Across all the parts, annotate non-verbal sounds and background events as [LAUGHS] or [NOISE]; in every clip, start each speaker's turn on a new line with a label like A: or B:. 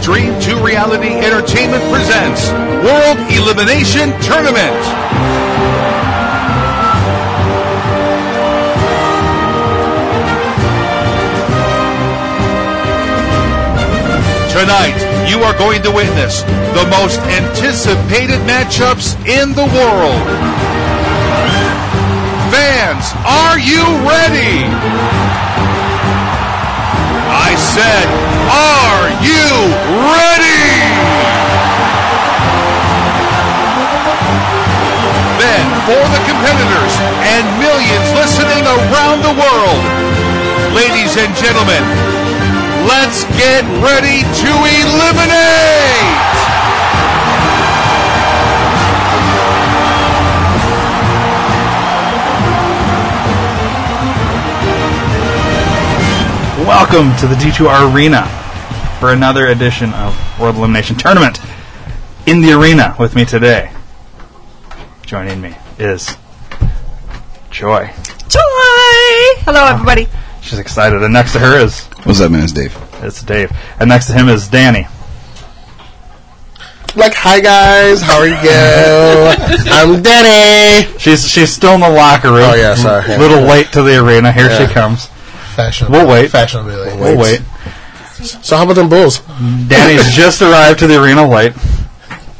A: Dream 2 Reality Entertainment presents World Elimination Tournament. Tonight, you are going to witness the most anticipated matchups in the world. Fans, are you ready? I said, are you ready? Then, for the competitors and millions listening around the world, ladies and gentlemen, let's get ready to eliminate!
B: Welcome to the D2R Arena for another edition of World Elimination Tournament. In the arena with me today, joining me is Joy.
C: Joy! Hello, everybody.
B: She's excited, and next to her is
D: What's up, man? It's Dave.
B: it's Dave, and next to him is Danny.
D: Like, hi guys, how are you?
E: [LAUGHS]
D: I'm Danny.
B: She's she's still in the locker room.
E: Oh, yeah, sorry.
B: A little late to the arena. Here
E: Yeah.
B: she comes.
E: Fashionably.
B: We'll wait.
E: Fashionably late.
B: We'll wait.
E: So how about them Bulls?
B: Danny's just arrived to the arena late.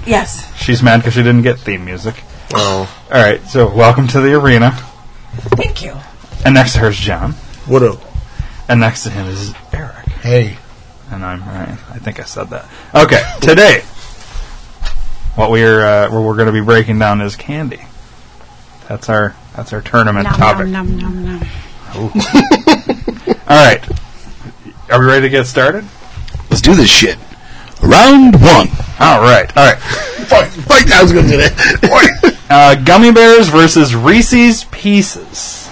C: Yes.
B: She's mad because she didn't get theme music.
E: Oh,
B: All right, so welcome to the arena,
C: Thank you.
B: and next to her is John,
E: what up?
B: and next to him is Eric.
E: Hey,
B: and I'm right. I think I said that. Okay, today, what we're uh, what we're going to be breaking down is candy. That's our that's our tournament topic.
C: nom, nom, nom.
B: All right, are we ready to get started?
D: Let's do this shit. Round one.
B: All right, all right.
D: Fight, fight. I was gonna do that.
B: Uh, gummy bears versus Reese's Pieces.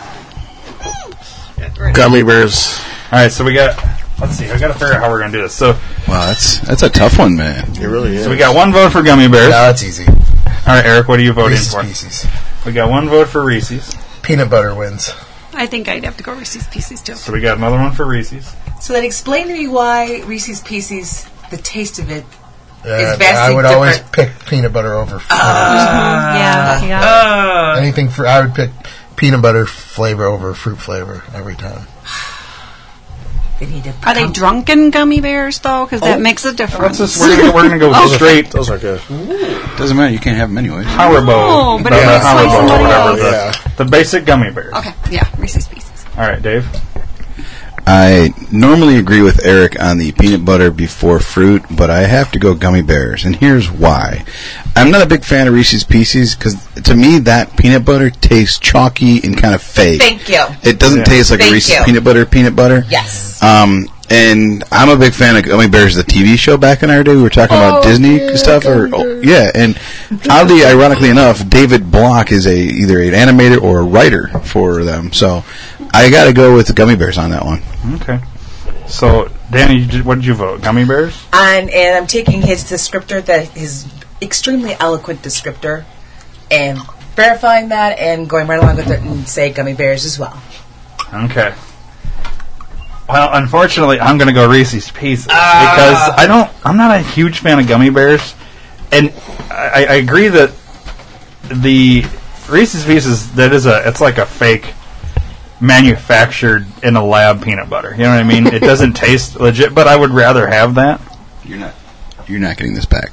E: gummy bears.
B: All right, so we got. Let's see. I got to figure out how we're going to do this. So,
D: wow, that's that's a tough one, man.
E: It really is.
B: so we got one vote for gummy bears.
E: No, it's easy.
B: All right, Eric, what are you voting
E: Reese's
B: for?
E: Pieces.
B: We got one vote for Reese's.
E: Peanut butter wins.
C: I think I'd have to go Reese's Pieces too.
B: So we got another one for Reese's.
F: So then explain to me why Reese's Pieces, the taste of it.
E: Yeah, I
F: vastly
E: would always pick peanut butter over fruit.
C: yeah, yeah.
E: anything for. I would pick peanut butter flavor over fruit flavor every time.
F: They need to
C: Are they drunken gummy bears though? Because that makes a difference.
B: That's just we're gonna, we're gonna go straight
E: Those are good.
D: Doesn't matter. You can't have them anyway.
B: Power Bowl.
C: No, but it makes
B: Power
C: like
B: Bowl,
C: somebody
B: whatever Oh.
C: else.
B: the, the basic gummy bears.
C: okay, yeah, Reese's Pieces.
B: All right, Dave.
D: I normally agree with Eric on the peanut butter before fruit, but I have to go gummy bears, and here's why. I'm not a big fan of Reese's Pieces because to me that peanut butter tastes chalky and kind of fake.
F: Thank you.
D: It doesn't
B: Yeah.
D: taste like a
F: Thank
D: Reese's
F: you.
D: peanut butter peanut butter.
F: Yes.
D: Um, and I'm a big fan of Gummy Bears, the TV show back in our day. We were talking
F: Oh,
D: about Disney stuff, or oh, yeah. And oddly, ironically enough, David Block is a either an animator or a writer for them. So I got to go with the Gummy Bears on that one.
B: Okay. So, Danny, you did, what did you vote? Gummy bears?
F: And, and I'm taking his descriptor, that his extremely eloquent descriptor, and verifying that and going right along with it and say gummy bears as well.
B: Okay. Well, unfortunately, I'm going to go Reese's Pieces because I don't. I'm not a huge fan of gummy bears, and I, I agree that the Reese's Pieces that is a it's like a fake manufactured in a lab peanut butter. You know what I mean? it doesn't taste legit, but I would rather have that.
D: You're not. You're not getting this back.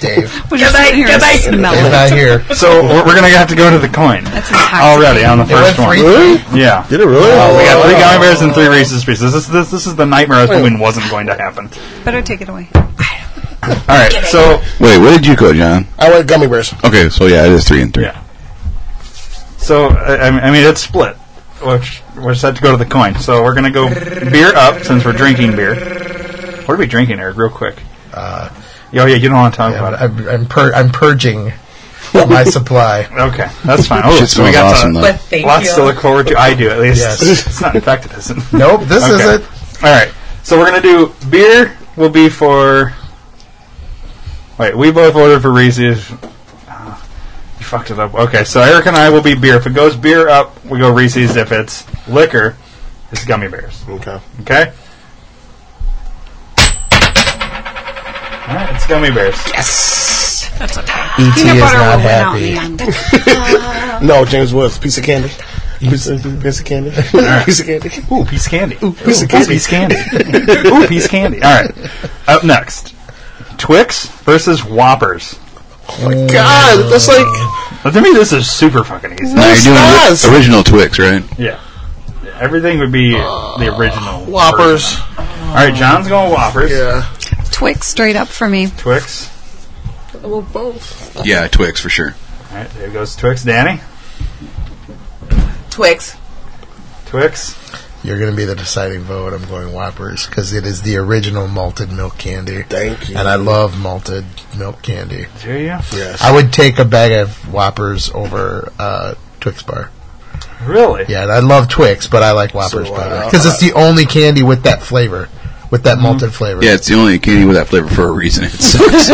E: Dave,
C: We're just sitting here and smell
E: Dave's [LAUGHS]
C: it.
E: not here.
B: So we're, we're going to have to go to the coin
C: That's intoxicating.
B: already on the first one.
E: Really?
B: Yeah. Uh,
E: it really?
B: We got three gummy bears and three Reese's Pieces. This, this, this is the nightmare I was hoping wasn't going to happen.
C: Better take it away.
B: All right, so
D: Wait, what did you go, John?
E: I like gummy bears.
D: Okay, so yeah, it is three and three.
B: yeah, so I, I mean- I mean it's split, which we're set to go to the coin. So we're gonna go beer up since we're drinking beer. What are we drinking, Eric? Real quick.
E: Uh,
B: Oh yeah, you don't want to talk
E: I'm,
B: about it.
E: I'm, I'm, pur- I'm purging [LAUGHS] my supply.
B: Okay, that's fine. Oh,
D: Shit
B: so we
D: smells
B: got
D: awesome,
B: to,
D: though.
F: But thank
B: lots
F: you.
B: to look forward to. I do at least.
E: Yes.
B: [LAUGHS] it's not infected, is it?
E: [LAUGHS] Nope, this
B: Okay.
E: isn't.
B: All right, so we're gonna do beer. Will be for. Wait, we both ordered for Reese's. Ah, You fucked it up. Okay, so Eric and I will be beer. If it goes beer up, we go Reese's. If it's liquor, it's gummy bears.
G: Okay.
B: Okay. All right, it's gummy bears.
E: ET is
C: Peanut butter
E: not
C: will win out in
E: happy.
C: the end.
G: No, James Woods, piece of candy. Piece of, piece
B: [LAUGHS]
G: of candy. piece of candy.
B: Ooh, piece of candy. Ooh,
G: piece of
B: Ooh, piece of candy. Ooh, piece of candy. All right. Up next, Twix versus Whoppers.
G: God, that's like
B: Now, to me, this is super fucking easy.
D: Now you're doing
G: Nice.
D: ri- original Twix, right?
B: Yeah. Yeah, Everything would be the original.
G: Whoppers.
B: version. All right, John's going Whoppers.
G: Yeah.
C: Twix straight up for me.
B: Twix.
G: Well, both.
D: Yeah, Twix for sure.
B: All right, there goes Twix. Danny.
F: Twix.
B: Twix.
E: You're going to be the deciding vote. I'm going Whoppers because it is the original malted milk candy.
G: Thank you.
E: And I love malted milk candy.
B: Do you?
G: Yes.
E: I would take a bag of Whoppers over uh, Twix bar.
B: Really?
E: Yeah, and I love Twix, but I like Whoppers
G: So, uh,
E: better because it's the only candy with that flavor, with that malted flavor.
D: Yeah, it's the only candy with that flavor for a reason. [LAUGHS] It sucks.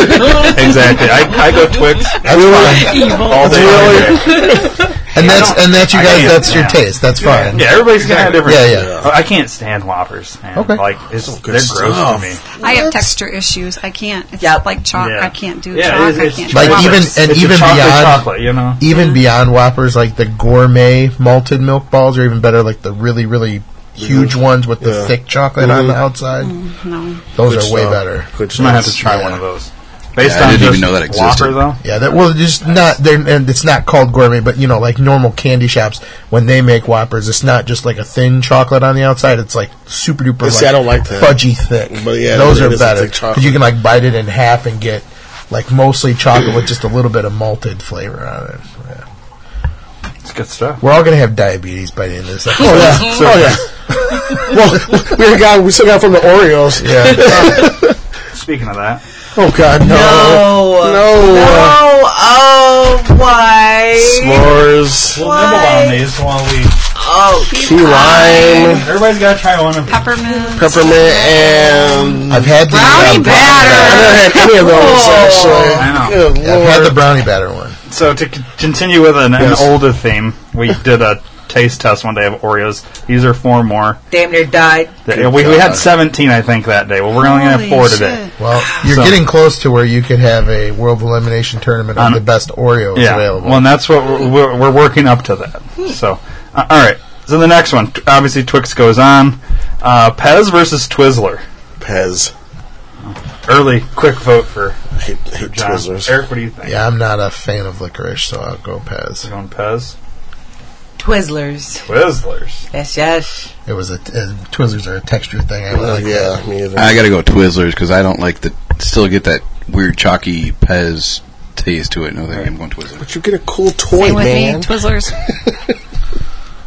B: Exactly. I, I go Twix
E: that's fine.
B: all day. every day.
E: And that's
B: don't-
E: and that's you
B: I
E: guys.
B: can't-
E: That's your
B: yeah.
E: taste. That's fine.
B: Yeah, everybody's got a different. Oh,
E: Yeah, yeah.
B: I can't stand Whoppers. Man.
E: Okay.
B: Like it's
G: good
B: they're gross to
G: stuff.
B: me.
C: I have texture issues. I can't. It's
F: Yep.
C: like chalk.
B: Yeah.
C: I can't do
B: Yeah,
C: chalk.
B: it's-
C: I
B: it's
C: can't.
E: Like
C: do
B: Whoppers.
E: even
C: Whoppers.
E: and
B: It's a
E: even
B: chocolate
E: beyond
B: chocolate, you know.
E: even beyond Whoppers, like the gourmet malted milk balls are even better. Like the really really huge ones with the
G: Mm-hmm. Yeah. Mm-hmm. Mm,
E: thick chocolate on the outside.
C: No.
E: Those
G: Good
E: are way
G: stuff.
E: better.
G: Good
B: I'm gonna have
G: choice.
B: to try
E: Yeah.
B: one of those. Based
D: Yeah, I
B: on
D: didn't
B: just
D: even know that
B: Whopper
D: existed.
B: though.
E: Yeah, that well, just not they're and it's not called gourmet, but you know, like normal candy shops when they make Whoppers, it's not just like a thin chocolate on the outside. It's like super duper.
G: See, I don't like that.
E: fudgy thick.
G: But yeah,
E: those
G: it
E: are
G: is a
E: better.
G: thick chocolate.
E: 'Cause you can like bite it in half and get like mostly chocolate with just a little bit of malted flavor on it. Yeah.
B: It's good stuff.
E: We're all gonna have diabetes by the end of this. Episode.
G: Oh yeah.
E: [LAUGHS]
G: well, we got we still got from the Oreos.
E: yeah.
B: Speaking of that,
G: [LAUGHS] Oh God, no,
F: No.
G: no.
F: Oh, why?
G: S'mores,
B: we'll nibble on these while we.
F: Oh,
G: key lime,
B: Everybody's got to try one of them.
C: Peppermint.
G: peppermint, and
E: I've had the uh,
C: Brownie
G: I
C: batter.
G: never had any of those
E: Oh,
B: I
G: actually.
B: know.
G: Good
E: I've had the
G: lord.
E: brownie batter one.
B: So to c- continue with an,
G: Yes.
B: an older theme,
G: [LAUGHS]
B: we did a taste test one day of Oreos. These are four more.
F: damn near died.
B: Th- We, we had 17, I think, that day. Well, we're only going to have
C: Holy
B: four
C: shit.
B: today.
E: Well, you're
B: So-
E: getting close to where you could have a world elimination tournament of
B: Um,
E: the best Oreos
B: Yeah.
E: available.
B: Well, and that's what we're, we're, we're working up to that.
C: Hmm.
B: So, uh, all right. So the next one, t- obviously, Twix goes on. Uh, Pez versus Twizzler.
G: Pez,
B: Early, quick vote for
G: I hate, hate
B: John.
G: Twizzlers.
B: Eric, what do you think?
E: yeah, I'm not a fan of licorice, so I'll go Pez.
B: Going Pez.
F: Twizzlers.
B: Twizzlers.
F: Yes, yes.
E: It was a uh, Twizzlers are a texture thing. I
G: Uh,
E: like
G: yeah, me either.
D: I gotta go Twizzlers because I don't like the still get that weird chalky Pez taste to it. No, thank you. I'm going Twizzlers.
G: but you get a cool toy,
C: Same with me.
G: man.
C: Twizzlers.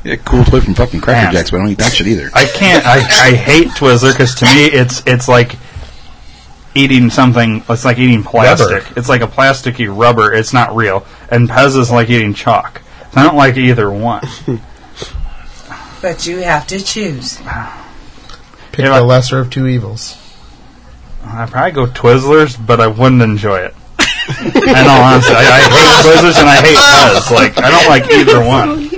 D: Yeah, cool toy from fucking Cracker
B: Man.
D: Jacks, but I don't eat that shit either.
B: I can't. I, I hate Twizzler because to me it's it's like eating something. It's like eating plastic.
E: Rubber.
B: It's like a plasticky rubber. It's not real. And Pez is like eating chalk. So I don't like either one.
F: But you have to choose.
E: Pick
B: Yeah,
E: the
B: but-
E: lesser of two evils.
B: I probably go Twizzlers, but I wouldn't enjoy it. In all honesty, I, I hate Twizzlers and I hate Pez. Like I don't like either one.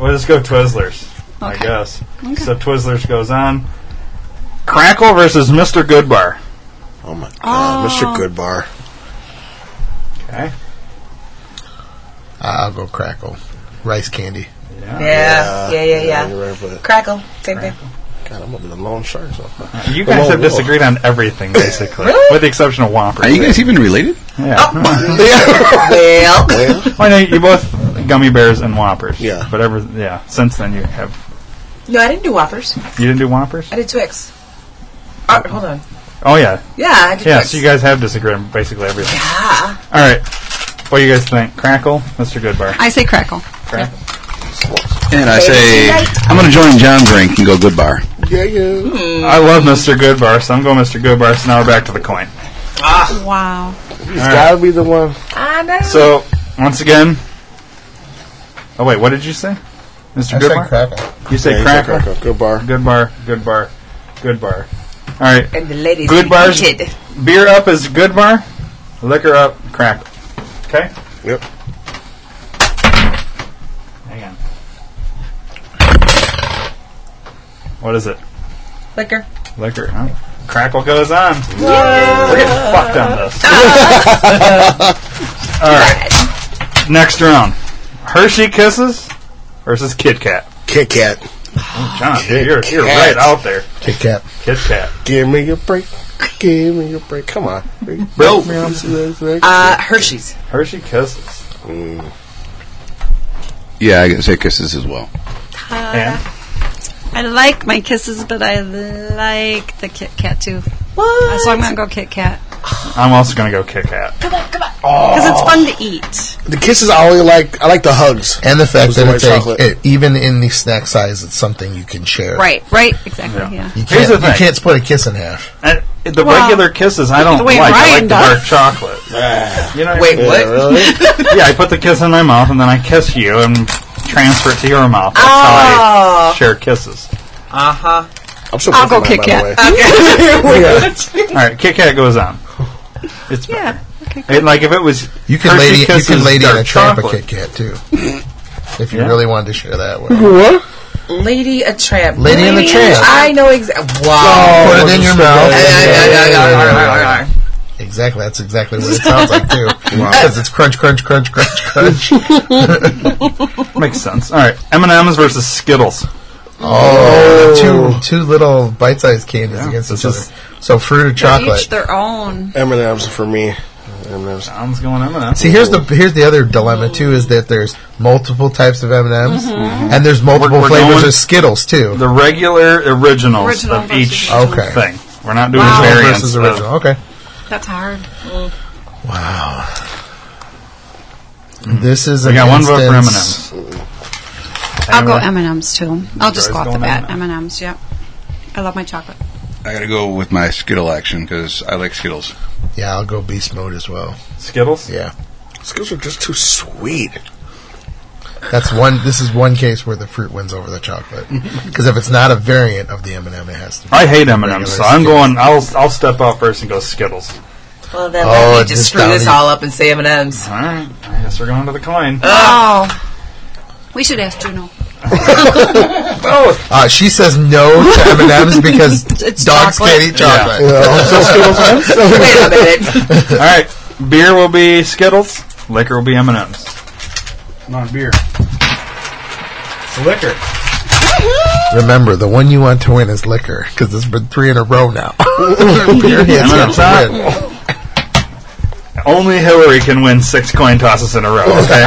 B: We'll just go Twizzlers. I
C: Okay.
B: guess. So Twizzlers goes on. Crackle versus Mr. Goodbar.
G: Oh my god, Mr. Goodbar.
B: Okay.
E: Ah, I'll go crackle. Rice candy.
F: Yeah, yeah, yeah, yeah.
G: You're right, but
F: Crackle, same thing.
G: God, I'm gonna be the lone shark. So.
B: You guys
G: Whoa,
B: have
G: whoa.
B: disagreed on everything, basically,
F: Really?
B: with the exception of Whoppers.
D: Are you guys even related?
B: yeah.
F: Well,
B: Well, no, you both gummy bears and Whoppers.
G: Yeah.
B: But ever, yeah. Since then, you have
F: no, I didn't do Whoppers.
B: you didn't do Whoppers.
F: I did Twix. Uh, hold on.
B: Oh yeah,
F: Yeah, I did
B: yeah.
F: Twix.
B: So you guys have disagreed on basically everything.
F: ah,
B: All right. What do you guys think? Crackle, Mr. Goodbar.
C: I say crackle.
B: Crackle.
D: And I say
F: tonight.
D: I'm gonna join John's rank and go Good Bar.
G: Yeah, yeah.
B: I love Mr. Goodbar, so I'm going Mr. Goodbar. So now we're back to the coin.
C: Wow.
G: He's gotta be the one.
F: I know.
B: So Once again. Oh wait, what did you say, Mister
E: I said
B: Goodbar?
E: crackle.
B: you say
G: Yeah, he's like,
B: cracker.
G: "Cracker, Good bar.
B: Good bar. Good bar. Good bar. All right.
F: And the ladies
B: Good bars.
F: hated.
B: Beer up is good bar. Liquor up, crack. Okay.
G: Yep.
B: Hang on. What is it?
F: Liquor.
B: Liquor. Huh? Crackle goes on. We're getting fucked on this. All right. Next round. Hershey Kisses versus Kit Kat.
G: Kit Kat.
B: John,
G: Kit
B: you're, you're right
G: Kat.
B: out there.
E: Kit Kat.
B: Kit Kat.
G: Give me a break. Give me a break. Come on.
B: Bro.
F: Uh, Hershey's.
B: Hershey Kisses.
D: Yeah, I can say kisses as well.
B: And
C: I like my kisses, but I like the Kit Kat too.
F: What?
C: So I'm going to go Kit Kat.
B: I'm also going to go Kit Kat.
C: Because it's fun to eat.
G: The kisses I only like. I like the hugs.
E: And the fact
G: Was the
E: that
G: white
E: it's a,
G: chocolate.
E: it, even in the snack size, it's something you can share.
C: Right, right, exactly, yeah.
E: You
B: Here's
E: can't,
B: the
E: you
B: thing.
E: can't split a kiss in half.
B: And the
C: Well,
B: regular kisses I don't
C: the way
B: like. I like
C: Ryan
B: the dark
C: does.
B: chocolate. you know,
F: Wait, what?
B: yeah, I put the kiss in my mouth and then I kiss you and transfer it to your mouth. That's how
C: Oh.
B: I share kisses.
F: Uh-huh.
G: I'm so
C: I'll go
G: mad,
C: Kit
G: by
C: Kat.
G: the way.
B: All right, Kit Kat goes on. It's
C: Yeah.
B: better. And, like if it was
E: You can
B: Hershey
E: lady, you
B: kisses,
E: can lady in
B: dark
E: a trap a
B: chocolate.
E: Kit Kat too. if you
B: Yeah.
E: really wanted to share that one,
F: Lady a Tramp.
E: Lady and the Tramp. Oh.
F: I know exactly. Wow.
E: put it in your
F: Yeah,
E: mouth.
F: yeah, yeah, yeah, yeah, yeah, yeah, yeah.
E: Exactly. That's exactly what it sounds like too. Because it's crunch, crunch, crunch, crunch, crunch.
B: Makes sense. All right, M and M's versus Skittles.
E: two two little bite sized candies against each
B: just-
E: other. So fruit or
C: Each
E: chocolate.
C: their own.
G: Oh, M&M's for me. M&M's.
B: Tom's going M and M's.
E: See, here's the here's the other dilemma too is that there's multiple types of M and M's, and there's multiple
B: we're
E: flavors
B: going-
E: of Skittles too.
B: the regular originals
C: Original
B: of each
C: versus
E: original.
B: thing. We're not doing
C: Wow.
E: Original
B: variants.
E: versus
B: of-
E: original. Okay.
C: That's hard.
E: This is
B: We
E: an
B: got one vote for M and
E: instance-
B: M's.
C: I'll go M&M's too. I'll just go
B: guys
C: off the
B: going
C: bat.
B: M&Ms?
C: M&M's, yep. I love my chocolate.
D: I gotta go with my Skittle action because I like Skittles.
E: Yeah, I'll go beast mode as well.
B: Skittles.
E: Yeah,
G: Skittles are just too sweet.
E: that's one. This is one case where the fruit wins over
B: [LAUGHS]
E: the chocolate because if it's not a variant of the M and m it has to. be.
B: I hate M and M's, so I'm
E: Regular
B: going. I'll I'll step out first and go Skittles.
F: Well, then
E: Oh,
F: let me
E: just
F: just screw this
E: down the-
F: all up and say M&M's.
B: All right, I guess we're going to the [LAUGHS] coin.
C: Oh. We should ask Juno.
B: oh,
E: Uh, she says no to M and
B: [LAUGHS]
E: M's because
C: It's
E: dogs
C: chocolate.
E: can't eat chocolate.
F: Wait a minute.
B: all right. Beer will be Skittles. Liquor will be M and M's. Not beer. Liquor.
E: [LAUGHS] Remember, the one you want to win is liquor because there's been three in a
B: [LAUGHS]
E: row now. [LAUGHS] Beer has
B: I'm
E: yet to
B: not-
E: win.
B: Only Hillary can win six coin tosses in a row. [LAUGHS] Okay.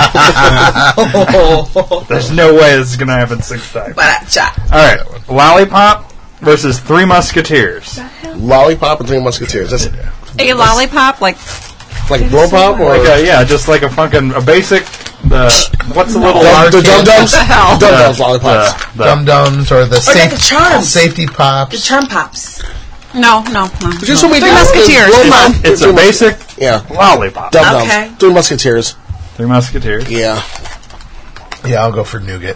B: There's no way this is gonna happen six times.
F: Ba-da-cha.
B: All right, lollipop versus Three Musketeers.
G: Lollipop and Three Musketeers. That's
C: A lollipop, like
G: like blow pop or
B: Like a, yeah, just like a fucking a basic. The what's the little
G: Dum- the dum
C: What
G: dums.
C: the hell?
G: Dum
B: the-
G: dums lollipops.
B: the-
E: Dum dums or the, safe,
F: the charms.
E: safety pops.
F: The Charm Pops.
C: no, no, no.
G: There's so many
C: Three
G: different-
C: Musketeers.
G: blow pop.
B: it's a basic
G: Yeah.
B: lollipop.
G: Dum dums.
F: Okay.
G: Three Musketeers.
B: Three Musketeers.
G: Yeah.
E: Yeah, I'll go for nougat.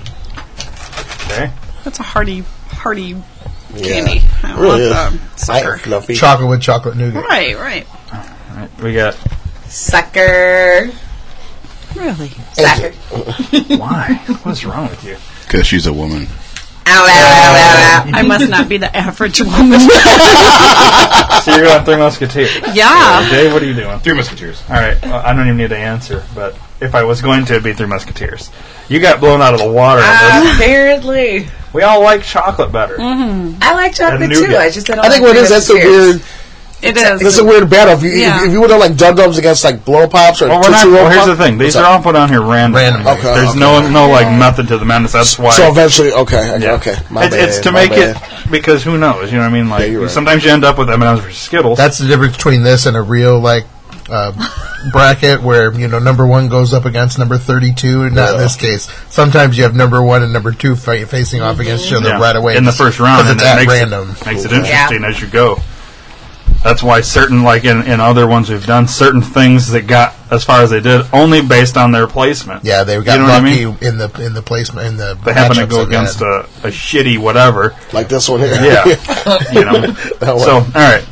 B: Okay.
C: That's a hearty, hearty
G: Yeah.
C: candy. I don't
G: Really
C: want
B: um,
G: is.
C: the sucker.
G: I- Fluffy.
E: Chocolate with chocolate nougat.
C: Right, right.
B: All right, we got
F: Sucker.
C: Really?
F: Sucker.
B: why? What's wrong with you?
D: Because she's a woman.
F: Ow, ow, ow, ow, ow.
C: I must not be the average woman. [LAUGHS]
B: So you're going Three Musketeers.
C: yeah.
B: Dave, what are you doing?
D: Three Musketeers.
B: All right, well, I don't even need to answer, but if I was going to, it'd be Three Musketeers. You got blown out of the water.
F: Ah.
B: on this.
F: Apparently.
B: We all like chocolate better.
F: I like chocolate
B: And
F: too.
B: nougat.
F: I just said I
G: I
F: like
G: think what it
F: Three
G: is, that's a
F: Musketeers.
G: weird,
C: It
G: that's
C: is.
G: a weird battle. If you, if-
C: Yeah.
G: if you would have like dum dums against like blow pops or
B: Well, we're not,
G: Tootsie Roll
B: well, here's
G: Pop-
B: the thing. These are
G: What's up?
B: all put on here randomly.
E: Randomly.
G: Okay,
B: There's
G: okay.
B: no no like method to the madness. That's why.
G: So eventually, okay, okay,
B: yeah.
G: okay. My
B: it's,
G: bad,
B: it's to
G: my
B: make
G: bad.
B: it because who knows? You know what I mean? Like
G: you're right.
B: sometimes you end up with M and M's versus Skittles.
E: That's the difference between this and a real like uh, bracket where you know number one goes up against number thirty-two, and not in
G: Yeah.
E: this case. Sometimes you have number one and number two fa- facing off against each other
B: Yeah,
E: right away
B: in the first round,
E: because
B: and
E: it's
B: that
E: at
B: makes
E: random.
B: It, makes it interesting as you go. That's why certain, like in, in other ones we've done, certain things that got as far as they did, only based on their placement.
E: Yeah, they got
B: you know what I
E: lucky
B: mean?
E: in the in the placement in the.
B: They happened to
E: matchups
B: go
E: that they had.
B: against uh, a, a shitty whatever.
G: Like this one here.
B: Yeah, [LAUGHS] you
E: [LAUGHS]
B: know.
G: That one.
B: So, all right.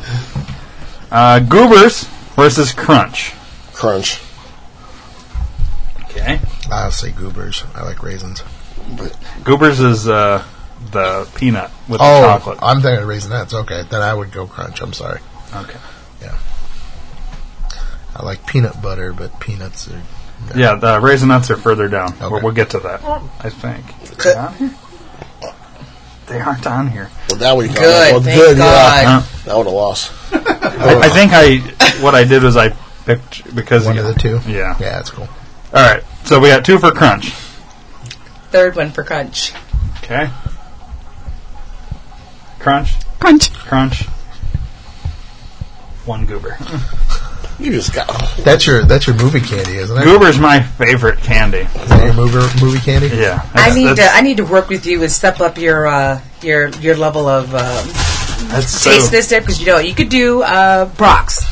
B: Uh, Goobers versus Crunch.
G: Crunch.
B: Okay.
E: Ah, I'll say goobers. I like raisins.
B: Goobers is uh, the peanut with
E: Oh,
B: the chocolate.
E: I'm thinking raisinets. Okay, then I would go crunch. I'm sorry.
B: okay.
E: I like peanut butter, but peanuts are.
B: Yeah, the raisinets are further down. We'll,
E: Okay.
B: we'll get to that, I think. Yeah. They aren't on here.
G: Well, that we got
F: Good,
G: Well,
F: thank
G: yeah.
F: God.
B: Uh,
G: That would have lost.
B: I, I think I what I did was I picked because
E: One of the two?
B: Yeah.
E: Yeah, that's cool.
B: All right. So we got two for Crunch.
F: Third one for crunch.
B: Okay. Crunch,
C: Crunch.
B: crunch. One goober.
G: You just got.
E: That's your that's your movie candy, isn't it?
B: Goober's my favorite candy.
E: Is that your mover, movie candy?
B: Yeah.
F: I
B: that's-
F: need to
B: that's-
F: I need to work with you and step up your uh, your your level of um,
B: that's so-
F: taste this dip because you know you could do uh, Brock's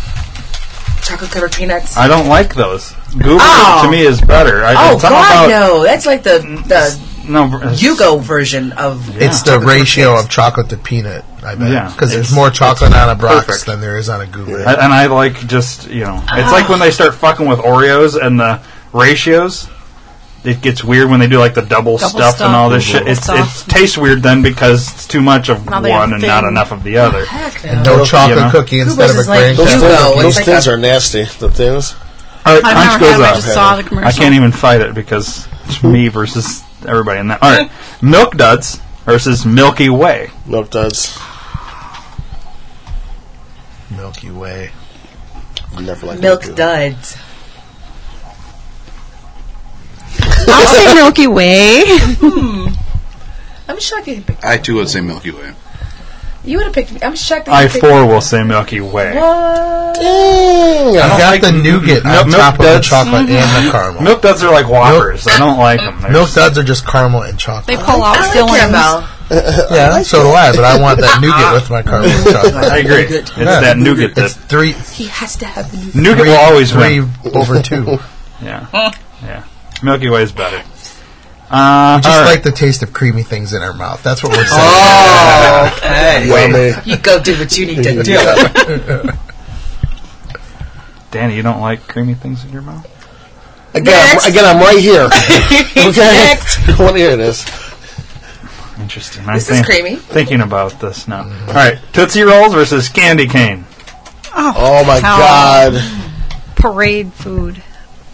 F: chocolate covered peanuts.
B: I don't like those. Goober
F: Oh.
B: to me is better. I,
F: oh
B: it's something
F: God,
B: about-
F: no! That's like the the
B: no. it's-
F: Yugo version of
E: It's the ratio of chocolate to peanut, I bet.
B: Yeah.
E: Because there's more chocolate on a Brock's
B: perfect.
E: than there is on a goober.
B: A- And I like just you know, it's like
C: Ah.
B: when they start fucking with Oreos and the ratios. It gets weird when they do like the double, stuff,
C: stuff.
B: and all this shit.
C: Double
B: It's
C: stuff.
B: it tastes weird then because it's too much of
C: Now they have
B: one and not
C: thin-
B: enough of the other.
F: Heck no.
E: And no chocolate
B: You know.
E: cookie
F: Goobers
E: instead of a
F: is like
E: graham
G: Those,
F: Yugo,
E: cracker.
G: things,
F: it's
G: those
F: like
G: things
F: a-
G: are nasty. The things.
B: All right,
C: I've
B: Crunch
C: never had
B: goes
C: them. I
B: up.
C: just saw the
B: I
C: commercial.
B: can't even fight it because it's me versus everybody in that. All
C: [LAUGHS]
B: right, Milk Duds versus Milky Way.
G: Milk duds.
E: Milky Way.
G: Never liked
F: milk duds.
C: I'll say Milky Way.
F: I'm shocked you picked.
D: I too would say Milky Way.
F: You would have picked. I'm shocked. That
B: I
F: you picked
B: four will say Milky Way.
F: What?
G: Dang,
E: I
G: I
E: got
B: like
E: the nougat
B: milk-
E: on
B: milk
E: top of the
B: duds.
E: chocolate and the caramel.
B: Milk Duds are like Whoppers. I don't like them. They're
E: Milk
B: just-
E: duds are just caramel and chocolate.
C: They pull out
F: I
C: still
F: like caramel.
E: yeah, so do I, but I want that nougat with my
C: [LAUGHS]
E: caramel and chocolate.
B: I agree. It's
E: Yeah.
B: that nougat.
E: It's
B: That
E: three,
F: He has to have the new.
B: nougat
E: three,
B: will always
E: three
B: win.
E: over two.
G: [LAUGHS]
E: Just
B: Yeah. yeah. Milky Way is better. Uh, all right.
E: like the taste of creamy things in our mouth. That's what we're
G: Oh,
E: saying.
F: Okay.
G: yummy.
F: You go do what you
B: [LAUGHS]
F: need to do.
B: Danny, you don't like creamy things in your mouth?
G: Again,
F: Next.
G: I'm, again, I'm right
C: [LAUGHS]
G: here. Okay, [LAUGHS]
F: Next.
G: I want to hear this.
B: Interesting. I
F: This is
B: think-
F: creamy.
B: Thinking about this now.
E: Mm-hmm.
B: All right. Tootsie Rolls versus Candy Cane.
G: Oh my
C: How-
G: God,
C: Parade food.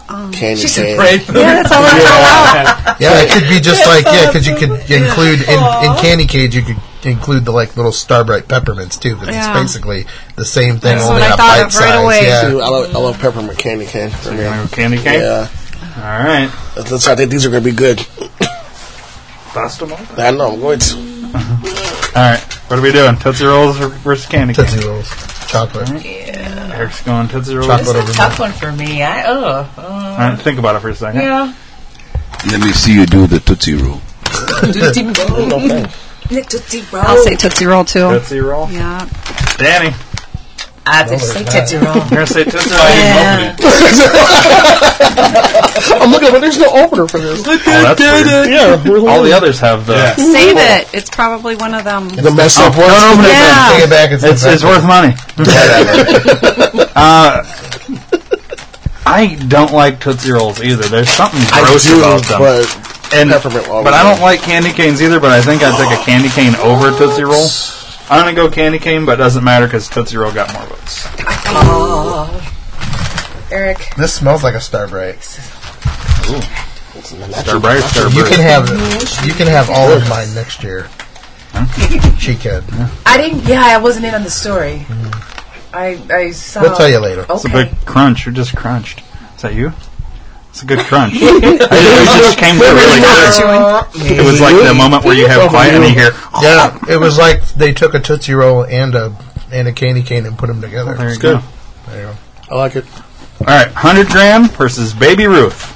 C: Um,
G: candy
F: She's
G: cane.
F: afraid.
C: yeah, that's all I
E: Yeah, it could be just like yeah, because you could include in, in candy cage. You could include the like little starbright peppermints too, because
C: Yeah.
E: it's basically the same thing
C: That's
E: only
C: what I
E: on
C: thought
E: bite
C: of right
E: size.
C: away.
E: Yeah,
G: Dude, I love, I love peppermint candy cane. I
B: You wanna
G: mean,
B: go Candy Cane?
G: yeah,
B: All right.
G: that's. I think these are going to be good.
B: Bust 'em open.
G: I know. I'm going to.
B: All right. What are we doing? Tootsie Rolls or- versus Candy Cane?
E: tootsie rolls, chocolate,
B: Eric's going Tootsie Rolls.
F: It's
E: chocolate
F: a
E: over
F: tough one for me. I oh, uh,
B: All right, think about it for a second.
F: yeah.
D: Let me see you do the Tootsie Roll.
F: Tootsie roll.
G: Okay.
F: Nick Tootsie roll.
C: I'll say Tootsie Roll too.
B: Tootsie Roll.
C: Yeah.
B: Danny, you're
F: I have to say Tootsie roll.
B: going to say Tootsie Roll?
F: Yeah.
G: I'm looking, but there's no opener for this.
E: [LAUGHS]
B: Oh, that's weird.
G: Yeah, Oh, really.
B: All the others have the...
C: Save it. It's probably one of them.
G: the mess
B: Oh,
G: up ones.
B: no, no, no, no.
C: Yeah.
E: Take it back. It's,
B: It's, it's worth money. uh, I don't like Tootsie Rolls either. There's something
G: I
B: gross
G: do,
B: about them.
G: but
B: and,
G: peppermint will
B: but I
G: always
B: don't like candy canes either, but I think I'd take a candy cane over a Tootsie Roll. I'm going to go candy cane, but it doesn't matter because Tootsie Roll got more votes.
F: Eric.
E: This smells like a starbright.
B: Star Bright, Star
E: You
B: Bright.
E: can have you can have all of mine next year. She could.
F: I didn't. Yeah, I wasn't in on the story. I I saw.
E: Mm-hmm. We'll tell you later.
F: Okay.
B: It's a big crunch. You're just crunched. Is that you? It's a good
G: [LAUGHS]
B: crunch. I think it just came to really good. It was like the moment where you have quiet and you hear...
E: Yeah, it was like they took a tootsie roll and a and a candy cane and put them together.
B: There you
E: It's
B: go.
E: There you go.
G: I like it.
B: All right, 100 gram versus Baby Ruth.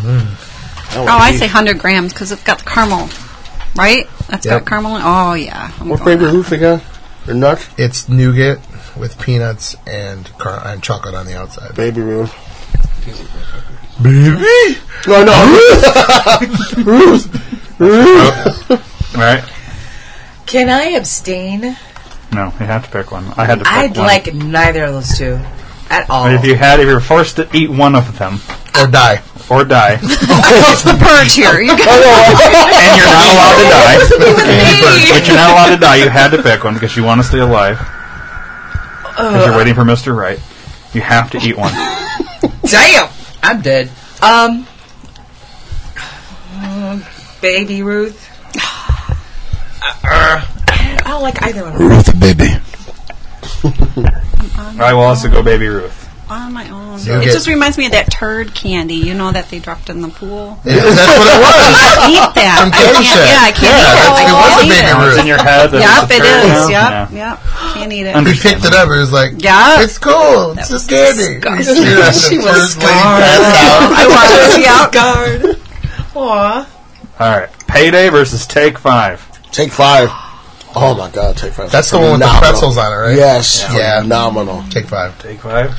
C: Oh, I say 100 grams because it's got the caramel, right? That's
E: Yep.
C: got caramel. in- Oh yeah. I'm
G: What
C: going-
G: favorite hoof again? Or nut?
E: It's nougat with peanuts and car- and chocolate on the outside.
G: Baby roof.
E: Baby?
G: No, no.
B: All right.
F: Can I abstain?
B: No, you have to pick one. I had to pick
F: I'd
B: one.
F: like neither of those two at all.
B: But if you had, if you're forced to eat one of them
E: Or die.
B: or
F: [LAUGHS]
B: die, and
C: It's the purge here. You guys
B: you're not allowed to
F: [LAUGHS]
B: die,
C: with me.
B: but you're not allowed to die, you had to pick one because you want to stay alive. Because you're waiting for Mister Right. You have to eat one.
F: Damn, I'm dead. Um, baby Ruth. [SIGHS] Uh, I don't like either one. of them.
D: Ruth, baby.
B: I will also go, Baby Ruth.
C: [LAUGHS] On my own.
E: So you
C: it
E: get-
C: just reminds me of that turd candy, you know, that they dropped in the pool.
E: Yeah, that's what it was.
C: I eat that.
E: From
C: I can't-
E: Candy Shack.
C: Yeah, I can't
E: Yeah, that's-
C: eat
E: it was the Baby
C: it. I can't eat it.
E: Ruth.
B: It's in your head. that
C: Yep,
B: it's a
C: it
B: turd
C: is.
B: now?
C: Yep,
B: Yeah.
C: yep. Can't eat it.
B: Under-
E: He picked it up and was like,
C: Yeah.
E: it's cool. It's just candy.
C: disgusting.
E: she was
B: Oh,
C: I want
F: [LAUGHS]
C: to see out. Guard.
B: All right. Payday versus Take Five.
G: Take five. Oh my god, take five.
E: That's the one with the
G: Phenomenal.
E: pretzels on it, right?
G: Yes,
E: Yeah.
G: phenomenal.
E: Take five.
B: Take Five.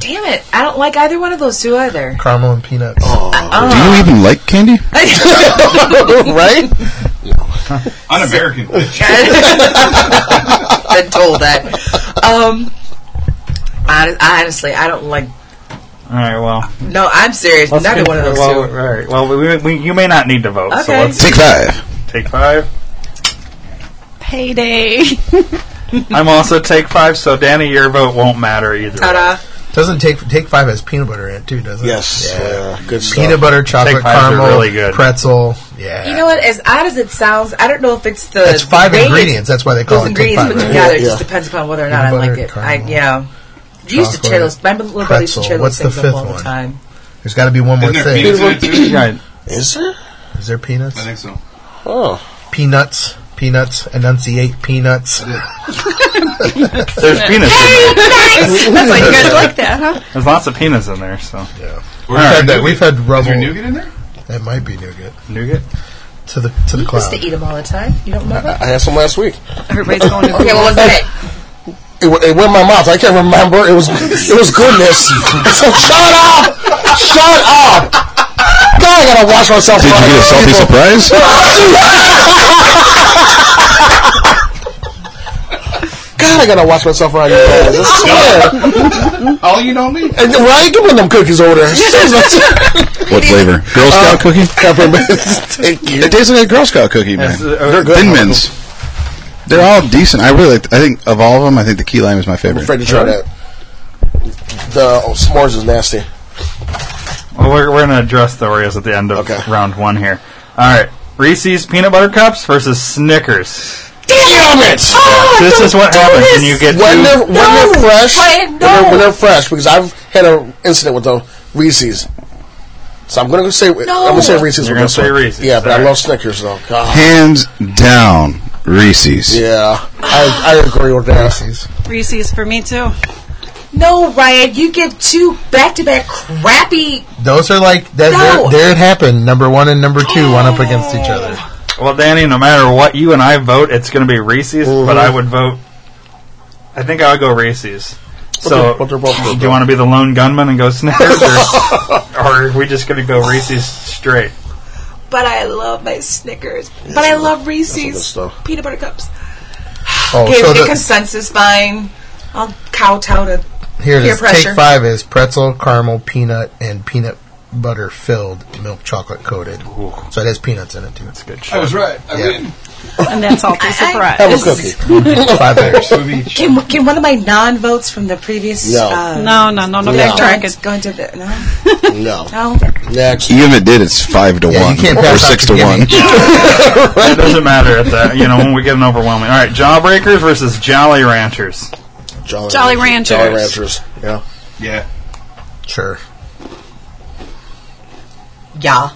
F: Damn it, I don't like either one of those
B: [LAUGHS]
F: two either. [LAUGHS]
E: Caramel and peanuts.
D: Do you even like candy?
G: right?
B: Un-American.
F: Been told that. Um, hon- honestly, I don't like.
B: All right. Well,
F: No, I'm serious. neither one of those
B: well,
F: two.
B: All right. Well, we, we, you may not need to vote. So
F: Okay.
B: let's
D: Take five.
B: take five.
C: Payday.
B: I'm also take five. So Danny, your vote won't matter either.
F: Ta-da.
E: Doesn't take take five has peanut butter in it too, does it?
G: Yes,
E: Yeah.
G: yeah, good stuff.
E: Peanut butter,
B: fives
E: chocolate,
B: are
E: caramel,
B: really good.
E: pretzel. Yeah.
F: You know what? As odd as it sounds, I don't know if it's the
E: That's five
F: way it's-
E: ingredients. That's why they call
F: Those
E: it take
F: ingredients
E: five.
F: put
E: right?
F: together it
G: Yeah.
F: just depends upon whether or not
E: Peanut
F: I like
E: butter,
F: it. I
E: caramel,
F: yeah. You used to
E: chocolate,
F: tear those. My little brother used to
E: pretzel.
F: tear those
E: What's the
F: things
E: fifth
F: up all the [LAUGHS]
E: one?
F: time.
E: There's got to be one more thing.
B: Right.
G: Is it?
E: Is there peanuts?
A: so.
G: Oh,
E: Peanuts. Peanuts. Enunciate peanuts. [LAUGHS]
B: There's penis in there.
C: That's why you guys
E: [LAUGHS]
C: like that, huh?
B: There's lots of penis in there. So
A: We've
E: had that- we've had rubble.
A: in there?
E: That might be nougat.
B: nougat.
E: To the to the
F: You used
E: cloud.
F: to eat them all the time. You don't remember? [LAUGHS]
G: I had some last week.
C: Everybody's going to
F: Okay, what was it?
G: It, wa- it went in my mouth. I can't remember. It was it was goodness. so shut up! Shut up! God, I gotta watch myself.
D: Did you get a salty surprise?
G: God, I gotta watch myself around you guys. I swear.
A: All Oh, you don't need.
G: And, right? Give me them cookies over there.
D: What flavor? Girl Scout cookie?
G: Peppermint. [LAUGHS] Thank you.
D: Uh, It tastes like a Girl Scout cookie, man.
B: Yes, uh,
G: They're good.
D: Thin Mints. They're all decent. I really like. I think of all of them, I think the key lime is my
G: I'm
D: favorite.
G: afraid to try that. The oh, s'mores is nasty.
B: Well, we're we're gonna address the Oreos at the end of
G: Okay.
B: round one here. All right. Reese's peanut butter cups versus Snickers.
G: Damn it!
C: Oh,
B: this is what happens when you get
G: When
B: two-
G: they're, when they're fresh,
F: Brian,
G: when, they're, when
F: no.
G: they're fresh, because I've had an incident with the Reese's. So I'm gonna say I'm gonna say Reese's.
B: You're
G: with
B: gonna
G: this
B: say
G: one.
B: Reese's,
G: Yeah, but I
B: alright.
G: love Snickers though. God.
D: Hands down, Reese's.
G: Yeah, I, I agree with that.
C: Reese's for me too.
F: No, Ryan, you get two back-to-back crappy.
E: Those are like that,
F: No.
E: there, there it happened. Number one and number two went up against each other.
B: Well, Danny, no matter what you and I vote, it's going to be Reese's.
G: Mm-hmm.
B: But I would vote. I think I would go Reese's. So,
G: they're- but they're both good,
B: do you want to be the lone gunman and go
G: [LAUGHS]
B: Snickers, or, or are we just going to go Reese's straight?
F: But I love my Snickers. But I love Reese's
G: stuff.
F: peanut butter cups.
E: Oh,
F: Okay,
E: so
F: the
E: the,
F: consensus fine. I'll kowtow to.
E: here it
F: peer
E: is.
F: pressure.
E: Take five is pretzel, caramel, peanut, and peanut butter filled, milk chocolate coated. So it has peanuts in it too.
B: It's good.
A: I
B: Shit.
A: was right. I win.
C: And that's all for
G: Have a
C: surprise.
G: cookie.
E: Five layers.
F: [LAUGHS] Can, can one of my non-votes from the previous?
G: No.
F: Uh,
C: No, no, no, no.
G: Yeah.
C: Back
F: Dragons
C: bracket.
F: going to the no.
G: No.
F: No.
G: Next.
D: Even if it did, it's five to
E: Yeah, you
D: one
E: can't
D: or
E: pass out
D: six to
E: your
D: one.
B: It doesn't matter at that. You know, when we get an overwhelming. All right, Jawbreakers versus Jolly Ranchers.
G: Jolly,
C: Jolly
G: Jolly
C: Ranchers.
G: Ranchers. Yeah.
A: Yeah.
E: Sure.
F: Yeah.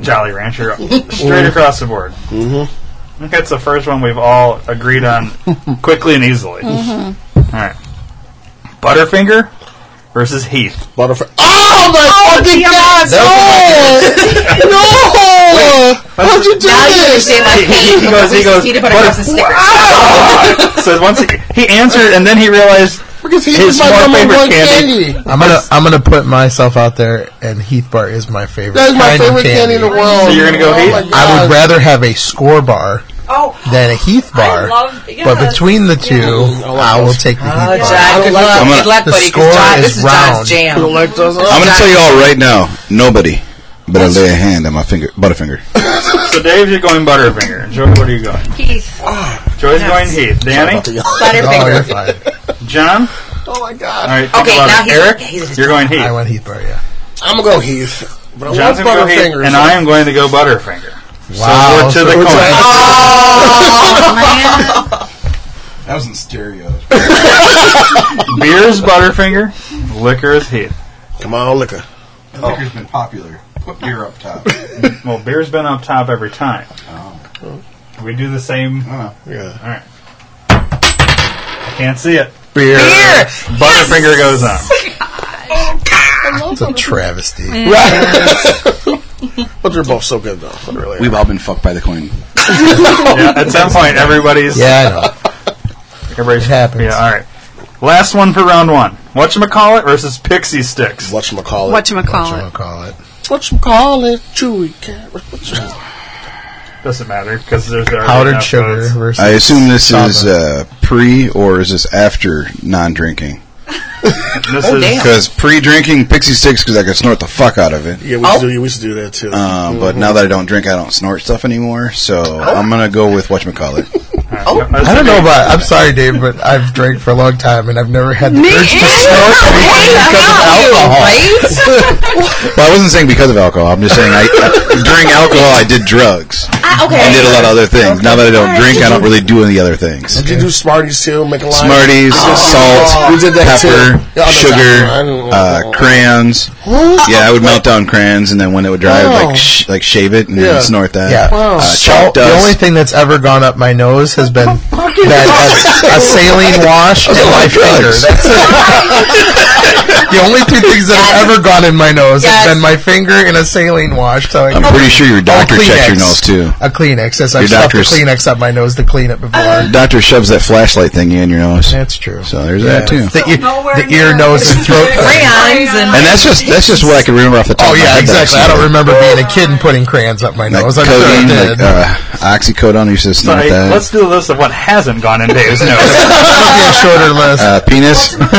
B: Jolly Rancher, straight across the board. Mm-hmm. I think that's the first one we've all agreed on quickly and easily. All right, Butterfinger versus Heath.
G: Butterf- oh my fucking god! No! no! How'd you do
F: Now you
G: this?
F: understand my
B: He,
F: pain.
B: he goes, he
F: Reese's
B: goes,
F: peanut butter
B: "What
F: cups
B: a-
F: and Snickers.
B: so once he, he answered, and then he realized
G: Because he
B: his
G: is my
B: more
G: number
B: favorite
G: one
B: candy.
G: candy.
E: I'm gonna I'm gonna put myself out there, and Heath Bar is my favorite.
G: That is my
E: kind of
G: favorite candy in the world.
B: So you're gonna go
G: oh
B: Heath?
G: my
B: I would
E: I
G: God.
E: would rather have a score bar
C: Oh,
E: than a Heath bar.
C: love- yes.
E: But between the two, I will take the Heath
F: Oh,
E: bar.
F: John, good luck,
D: I'm gonna-
F: good luck,
E: The
F: buddy. 'cause
E: score
F: John,
E: is
F: this is John's
E: round.
F: jam.
D: I'm going to tell you all right now. Nobody. But I lay a hand on my finger, Butterfinger.
B: So Dave, you're going Butterfinger. Joey, what are you going?
C: Keith. Oh,
B: Joey's going Heath. Danny,
E: Oh, you're
F: Butterfinger.
E: fine.
B: John.
G: Oh my
B: All
G: god.
B: right, think
F: Okay,
B: about
F: now
B: it.
F: he's-
B: Eric.
F: he's-
B: you're going Heath.
E: I went Heath bar. Yeah.
G: I'm gonna go Heath. But I
B: John's
G: want
B: going to go Heath,
G: Butterfingers.
B: and I am going to go Butterfinger.
E: Wow.
B: So we're to
E: Oh, So
B: the
E: it's
B: coin.
E: like-
D: That was in stereo.
B: Beer is Butterfinger. Liquor is Heath.
G: Come on, liquor.
D: Liquor's been popular. Put beer up top.
B: Well, beer's been up top every time. We do the same.
G: Yeah.
B: All right. I can't see it.
E: Beer.
B: Butterfinger goes on.
E: It's a travesty.
G: But they're both so good though. Really.
D: We've all been fucked by the coin.
B: Yeah, at some point, everybody's.
E: Yeah, I know.
B: everybody's
E: it happens.
B: Yeah, all right. Last one for round one. Whatchamacallit versus Pixie Sticks.
G: Whatchamacallit.
C: What you call
E: I'll
C: it?
E: call it.
G: Whatchamacallit. Chewy carrot. Whatcha-
B: Doesn't matter because there's already
E: Powdered
B: enough
E: sugar
B: votes.
E: versus.
D: I assume this
E: strawberry.
D: is uh, pre or is this after non-drinking?
B: This is
D: Because pre-drinking Pixie Sticks, because I could snort the fuck out of it.
G: Yeah, we used, to do, we used to do that too.
D: Um,
E: Mm-hmm.
D: but now that I don't drink, I don't snort stuff anymore. So I'm gonna go with whatchamacallit.
E: I don't know about. I'm sorry, Dave, but I've drank for a long time and I've never had the urge to snort anything because of alcohol.
D: [LAUGHS] well, I wasn't saying because of alcohol. I'm just saying I, I- during alcohol I did drugs.
F: Ah, okay.
D: I did a lot of other things. Now that I don't drink, I don't really do any other things.
G: Did you do Smarties too? Make a line?
D: Smarties, salt,
G: We did that
D: pepper,
G: too. Yeah, I know
D: sugar,
G: that one.
D: uh, crayons. Yeah, I would melt down crayons, and then when it would dry, I would like sh- like shave it and
G: Yeah.
D: then snort that.
E: Yeah.
D: Uh,
E: Salt.
D: chalk
E: The only
D: dust.
E: thing that's ever gone up my nose has been that a, a
D: [LAUGHS]
E: saline wash
D: Oh
E: and my
D: like
E: finger.
D: drugs.
E: That's it. the only two things that have ever gone in my nose
F: Yes.
E: has been my finger and a saline wash. So I
D: I'm pretty sure your doctor
E: Kleenex.
D: checked your nose too.
E: A Kleenex. Yes, I've
D: Your
E: stuffed a
D: doctor's-
E: Kleenex up my nose to clean it before.
D: Doctor shoves that flashlight thingy in your nose.
E: That's true.
D: So there's that too.
E: The ear,
C: Nowhere
E: the ear
C: near.
E: nose, and
F: [LAUGHS]
E: throat. thing.
C: Crayons and
D: And that's just that's just what I can remember off the top.
E: Oh
D: of my
E: yeah,
D: head that
E: exactly. I
D: I've
E: don't
D: seen.
E: remember being a kid and putting crayons up my nose. I'm
D: Like
E: sure I
D: codeine,
E: did.
D: like uh, oxycodone. You just
B: So,
D: snort
B: hey,
D: that.
B: let's do a list of what hasn't gone in Dave's
E: [LAUGHS]
B: nose.
E: That'll be a shorter list. [LAUGHS]
D: Uh, penis. [LAUGHS]
B: Venus,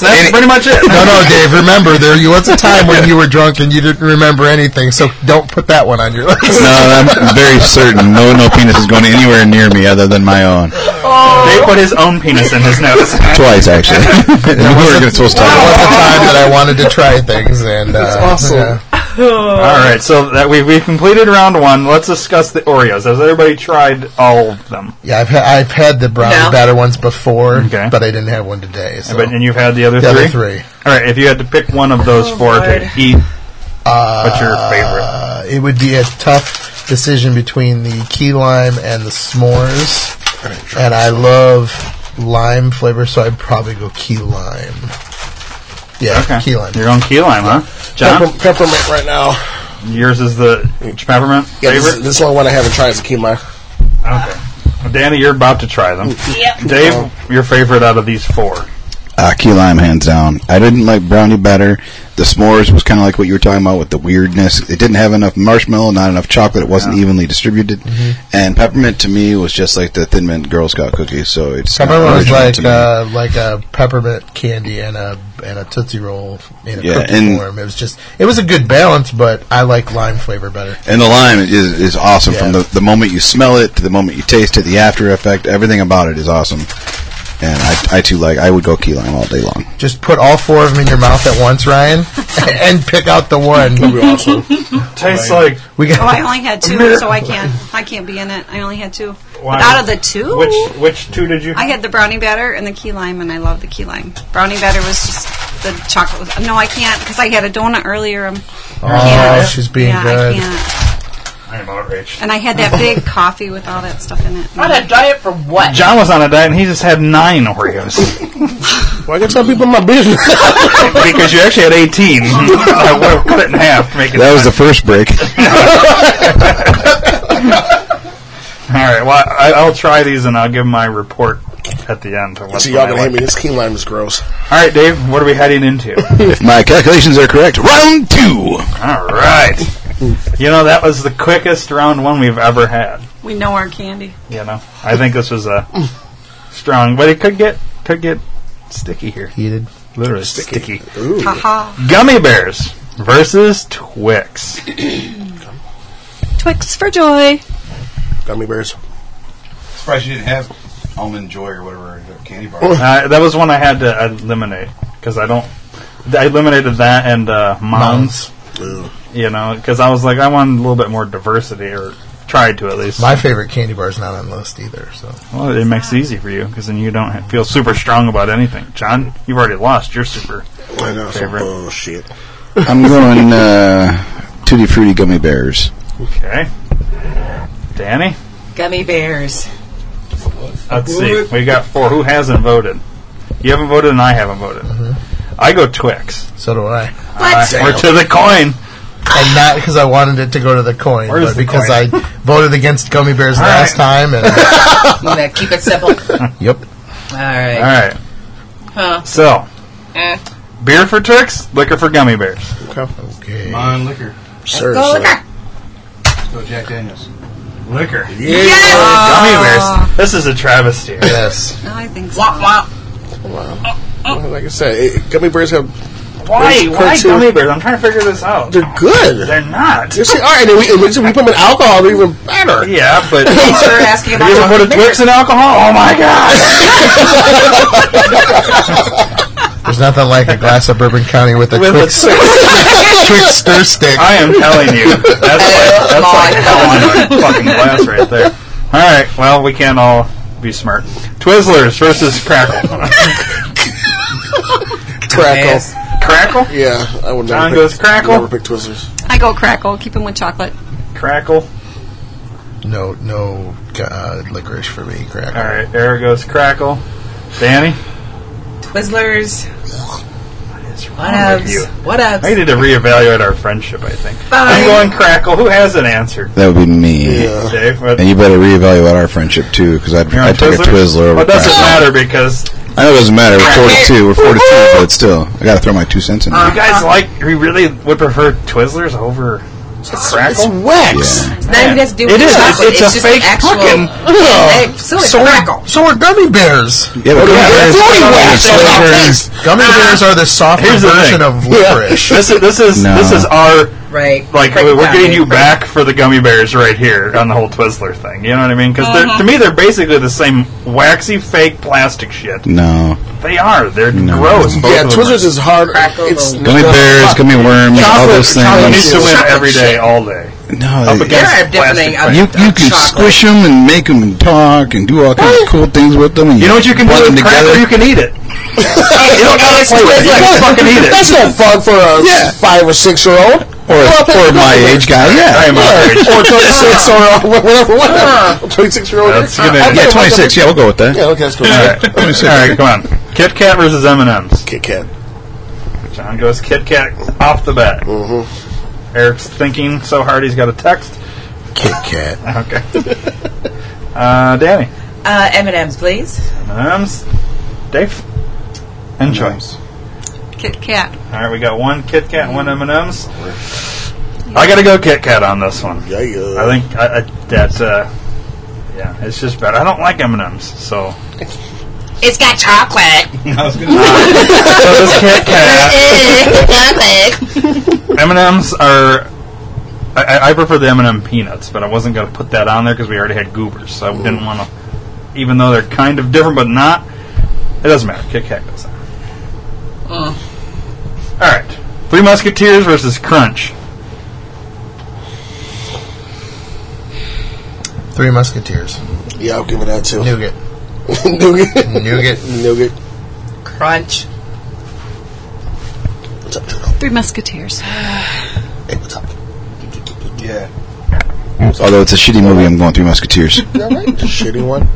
B: that's
D: Any-
B: pretty much [LAUGHS] it.
E: No, no, Dave. Remember, there you was a time when you were drunk and you didn't remember anything. So don't put that one on your list.
D: [LAUGHS] No, I'm very certain no no penis is going anywhere near me other than my own.
B: Dave put his own penis in his [LAUGHS] nose.
D: Twice actually. [LAUGHS] we were gonna supposed to talk
E: There was a
D: about
E: time that I wanted to try things, and uh,
G: awesome.
E: yeah.
B: All right, so that we we completed round one. Let's discuss the Oreos. Has everybody tried all of them?
E: Yeah, I've ha- I've had the brown
F: No.
E: batter ones before,
B: Okay.
E: but I didn't have one today. So
B: But- and you've had the other
E: the
B: three.
E: other three,
B: All right, if you had to pick one of those four to eat, what's your favorite?
E: uh, it would be a tough decision between the key lime and the s'mores. And I love lime flavor, so I'd probably go key lime. Yeah,
B: Okay.
E: key lime.
B: Your own key lime, huh? John,
G: Pepper- peppermint right now.
B: yours is the peppermint
G: Yeah, this,
B: favorite.
G: this is the only one I haven't tried is the key lime.
B: Okay, Danny, you're about to try them.
C: Yep.
E: Oh.
B: Dave, your favorite out of these four.
D: Uh, key lime, hands down. I didn't like brownie batter. The s'mores was kind of like what you were talking about with the weirdness. It didn't have enough marshmallow, not enough chocolate. It wasn't evenly distributed.
E: Mm-hmm.
D: And peppermint to me was just like the Thin Mint Girl Scout cookie. So it's not
E: Peppermint was
D: original
E: like
D: to me.
E: uh, like a peppermint candy and a and a tootsie roll in a
D: Yeah,
E: cookie
D: and-
E: form. It was just it was a good balance, but I like lime flavor better.
D: and the lime is is awesome from
E: Yeah.
D: the, the moment you smell it to the moment you taste it. The after effect, everything about it is awesome. And I, I too like. I would go key lime all day long.
E: Just put all four of them in your mouth at once, Ryan, [LAUGHS] and pick out the one. [LAUGHS]
G: We also
B: Tastes like
E: We
C: Oh,
E: got [LAUGHS]
C: I only had two, so I can't. I can't be in it. I only had two.
B: Why?
C: But out of the two,
B: which which two did you?
C: I had the brownie batter and the key lime, and I love the key lime. Brownie batter was just the chocolate. Was, no, I can't because I had a donut earlier. I'm,
E: oh, she's being
C: Um, yeah,
E: good.
C: I can't.
B: I am outraged.
C: And I had that
E: [LAUGHS]
C: big coffee with all that stuff in it.
F: On a diet for what?
B: John was on a diet and he just had nine Oreos
G: Why can't some people in my business?
B: because [LAUGHS] you actually had eighteen. I would cut it in half. to Make it
D: That was the first [LAUGHS] break.
B: all right. Well, I, I'll try these and I'll give my report at the end. of what's
G: [LAUGHS] See, y'all
B: going
G: gonna hate
B: on.
G: me. This key lime is gross.
B: All right, Dave. What are we heading
G: [LAUGHS]
B: into?
D: if my calculations are correct, round two.
B: all right. You know that was the quickest round one we've ever had.
C: We know our candy.
B: You know, I think this was a strong, but it could get could get sticky here.
E: Heated.
B: Literally sticky.
C: Haha.
B: Gummy bears versus Twix.
C: Twix for joy.
G: Gummy bears.
D: Surprised you didn't have almond joy or whatever candy bar.
B: Uh, that was one I had to eliminate because I don't. I eliminated that and uh, moms.
G: Ugh.
B: You know, because I was like, I want a little bit more diversity, or tried to at least.
E: My favorite candy bar is not on list either. So
B: Well, it makes it easy for you because then you don't ha- feel super strong about anything. John, you've already lost. You're super.
G: I know. uh, Some
B: Favorite.
G: bullshit.
D: I'm going uh, Tutti Frutti gummy bears.
B: Okay. Danny,
F: Gummy bears.
B: let's see. We got four. Who hasn't voted? You haven't voted, and I haven't voted.
G: Mm-hmm.
B: I go Twix.
E: so do I.
B: Uh, we're to the coin.
E: and not because I wanted it to go to the coin,
B: Where's
E: but
B: the
E: because
B: coin?
E: I voted against gummy bears
B: All
E: last
B: right.
E: time. And
B: [LAUGHS]
F: I'm gonna keep it simple. All
E: yep,
B: All
F: right.
B: right.
F: Huh.
B: So,
F: Eh.
B: beer for Twix, liquor for gummy bears.
E: okay.
H: On liquor.
G: Seriously.
F: Go look at-
H: Go Jack Daniels.
B: Liquor.
G: Yeah.
B: Gummy bears. This is a [LAUGHS] travesty.
E: Yes,
C: No, Oh, I think so.
F: Wah, wah.
G: Wow. Well, like I said, it, gummy bears have
B: Why?
G: Those
B: Why
G: cartoon-
B: gummy bears? I'm trying to figure this out.
G: they're good.
B: They're not.
G: You see, all right, and we, and we, we put them in alcohol, they're even better.
B: Yeah, [LAUGHS] but
F: Thanks for asking about
B: you ever put a
F: chocolate
B: Twix in alcohol? Oh my god!
E: there's nothing like a glass of Bourbon County with a
B: With a
E: Twix, [LAUGHS] Twix stir stick.
B: I am telling [LAUGHS] you, that's like that's like hell in a fucking glass right there. All right, well we can't all be smart. Twizzlers versus Crackle.
G: Crackle.
F: bears.
B: [LAUGHS] crackle,
G: Yeah, I would never
B: John
G: pick,
B: goes crackle.
G: Never pick Twizzlers.
C: I go crackle. Keep them with chocolate.
B: crackle.
E: No, no uh, licorice for me. Crack.
B: All right, there goes crackle. Danny,
F: Twizzlers. What
B: with you?
F: ups? What ups?
B: I need to reevaluate our friendship. I think I'm going crackle. Who has an answer?
D: That would be me.
G: Yeah.
B: Dave, what-
D: And you better reevaluate our friendship too, because I'd,
B: you're on
D: I'd take a Twizzler over.
B: Well, it doesn't
D: Crackle.
B: matter because
D: I know it doesn't matter. We're 42. We're 42, but still, I got to throw my two cents in there.
B: you guys like you really would prefer Twizzlers over
G: It's
B: crackle.
G: wax.
D: Yeah.
F: Nothing has to do with
B: It is.
F: chocolate.
B: It's, a
F: just
B: fake
F: actual-
B: [LAUGHS] fucking.
F: Hey, so it's crackle.
E: So are gummy bears.
D: Yeah, but
G: Yeah,
D: there's-
G: fruity
D: there's
G: wax. It's
D: flavor.
G: not taste.
E: Gummy bears are the softer
B: Here's the
E: version
B: thing.
E: of licorice.
B: This is this is
D: No.
B: this is our
F: Right.
B: like
F: Break it
B: we're
F: down.
B: getting you back for the gummy bears right here on the whole Twizzler thing. You know what I mean? Because they're to me they're basically the same waxy fake plastic shit.
D: No,
B: They are. They're gross. both of them
G: Yeah,
B: are.
G: Twizzlers is hard.
F: Crackle
G: It's
F: the-
D: gummy bears, gummy worms, all those
B: Chocolate needs to
D: things.
B: win
F: Chocolate
B: every day,
F: shit.
B: all day.
D: No,
B: Up
D: they-
B: against
F: There are definitely
B: plastic
F: other-
B: bags.
D: you you can
F: uh, Chocolate.
D: squish them and make them and talk and do all kinds of cool things with them. And
B: You know what you can do
D: blend
B: with
D: them
B: cracker?
D: together.
B: You can eat it. you don't gotta
G: It's
B: play with it. You
G: Twizzlers.
B: can fucking eat it.
G: That's no fun for a
D: Yeah.
G: uh, five or six year old.
D: or or my age guy. Yeah,
B: I am outraged.
G: Or 26
B: [LAUGHS]
G: or uh, whatever, whatever. 26 year old.
B: That's gonna-
G: I'll
D: yeah,
G: get
D: twenty six. Yeah, we'll go with that.
G: Yeah, okay, that's cool.
B: All right. All right, come on. Kit Kat versus M and M's.
G: Kit Kat.
B: John goes Kit Kat off the bat. Eric's thinking so hard he's got a text.
E: Kit Kat.
B: [LAUGHS] Okay. uh, Danny,
F: Uh, M&M's, please.
B: M and M's. Dave, enjoy. All
C: Kit Kat.
B: right, we got one Kit Kat, and one M and M's. I gotta go Kit Kat on this one.
G: Yeah, yeah.
B: I think I, I, that uh, yeah, it's just better. I don't like M and M's, so
F: It's
B: [LAUGHS]
F: got chocolate.
B: so this Kit Kat
F: chocolate. [LAUGHS]
B: M and M's are. I- I, I prefer the M and m peanuts, but I wasn't gonna put that on there because we already had goobers, so I didn't want to. Even though they're kind of different, but not, it doesn't matter. Kit Kat goes on. All right, Three Musketeers versus Crunch.
E: Three Musketeers.
G: Yeah, I'll give it that too.
E: Nougat.
G: [LAUGHS] Nougat.
E: Nougat.
G: Nougat.
F: Crunch.
C: Three Musketeers.
G: Hey, what's up?
H: Yeah.
D: Although it's a shitty movie, I'm going through Musketeers.
G: All right, shitty one.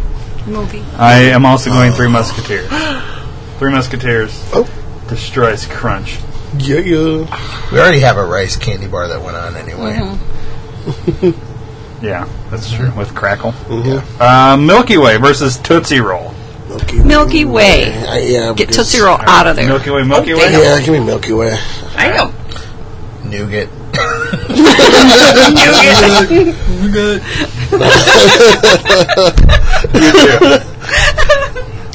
C: movie.
B: I am also going Three Musketeers. Three Musketeers
G: Oh.
B: destroys Crunch.
G: Yeah, yeah.
E: We already have a rice candy bar that went on anyway.
G: Mm-hmm.
B: Yeah, that's true. With Crackle.
G: Yeah.
B: Uh, Milky Way versus Tootsie Roll.
G: Milky,
C: Milky Way.
G: I, yeah,
C: Get
G: because-
C: Tootsie Roll out of there. Oh,
B: Milky Way, Milky Way.
G: Yeah, give me Milky Way.
F: I know.
E: Nougat. [LAUGHS]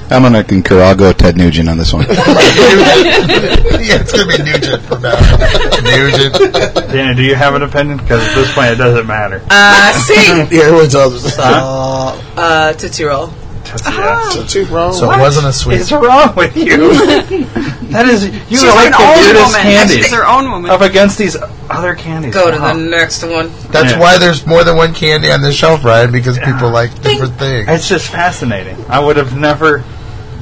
D: I'm going to concur. I'll go Ted Nugent on
B: [LAUGHS]
D: this one.
E: yeah, it's gonna be Nugent from now. Nugent.
B: Dana, do you have an opinion? Because at this point, it doesn't matter. [LAUGHS]
F: Uh, see.
G: Yeah, everyone's else.
F: Uh, uh, Tootsie Roll.
B: Tootsie, yeah.
G: Tootsie Roll.
E: So it wasn't a sweet.
B: What's wrong with you? that is, you
C: She's
B: are like
C: her own
B: the weirdest
C: woman.
B: candies
C: She's her own woman.
B: up against these other candies.
F: Go to
B: Wow.
F: the next one.
E: That's
B: Yeah.
E: why there's more than one candy on the shelf, Ryan, because people like different things.
B: It's just fascinating. I would have never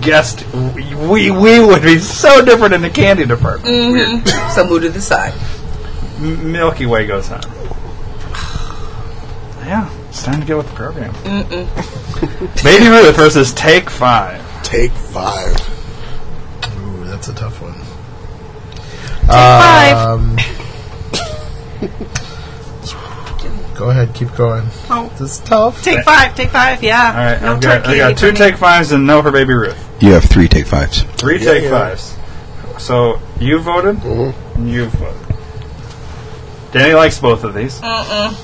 B: guessed. We we would be so different in the candy department.
F: So move to the side.
C: Mm.
B: M- Milky Way goes on. Yeah, it's time to get with the program. Baby Ruth versus Take Five.
G: Take five.
E: Ooh, that's a tough one.
B: Uh,
C: Five.
E: Um, go ahead, keep going.
C: Oh.
E: This is tough.
C: Take five, take five, yeah.
B: All right,
C: no
B: I've got, I
C: turkey
B: got
C: for
B: two
C: me.
B: Take Fives and no for Baby Ruth.
D: You have three take fives.
B: Three
G: Yeah,
B: Take
G: yeah.
B: Fives. So you voted.
G: Mhm.
B: and You voted. Danny likes both of these. Mm-mm.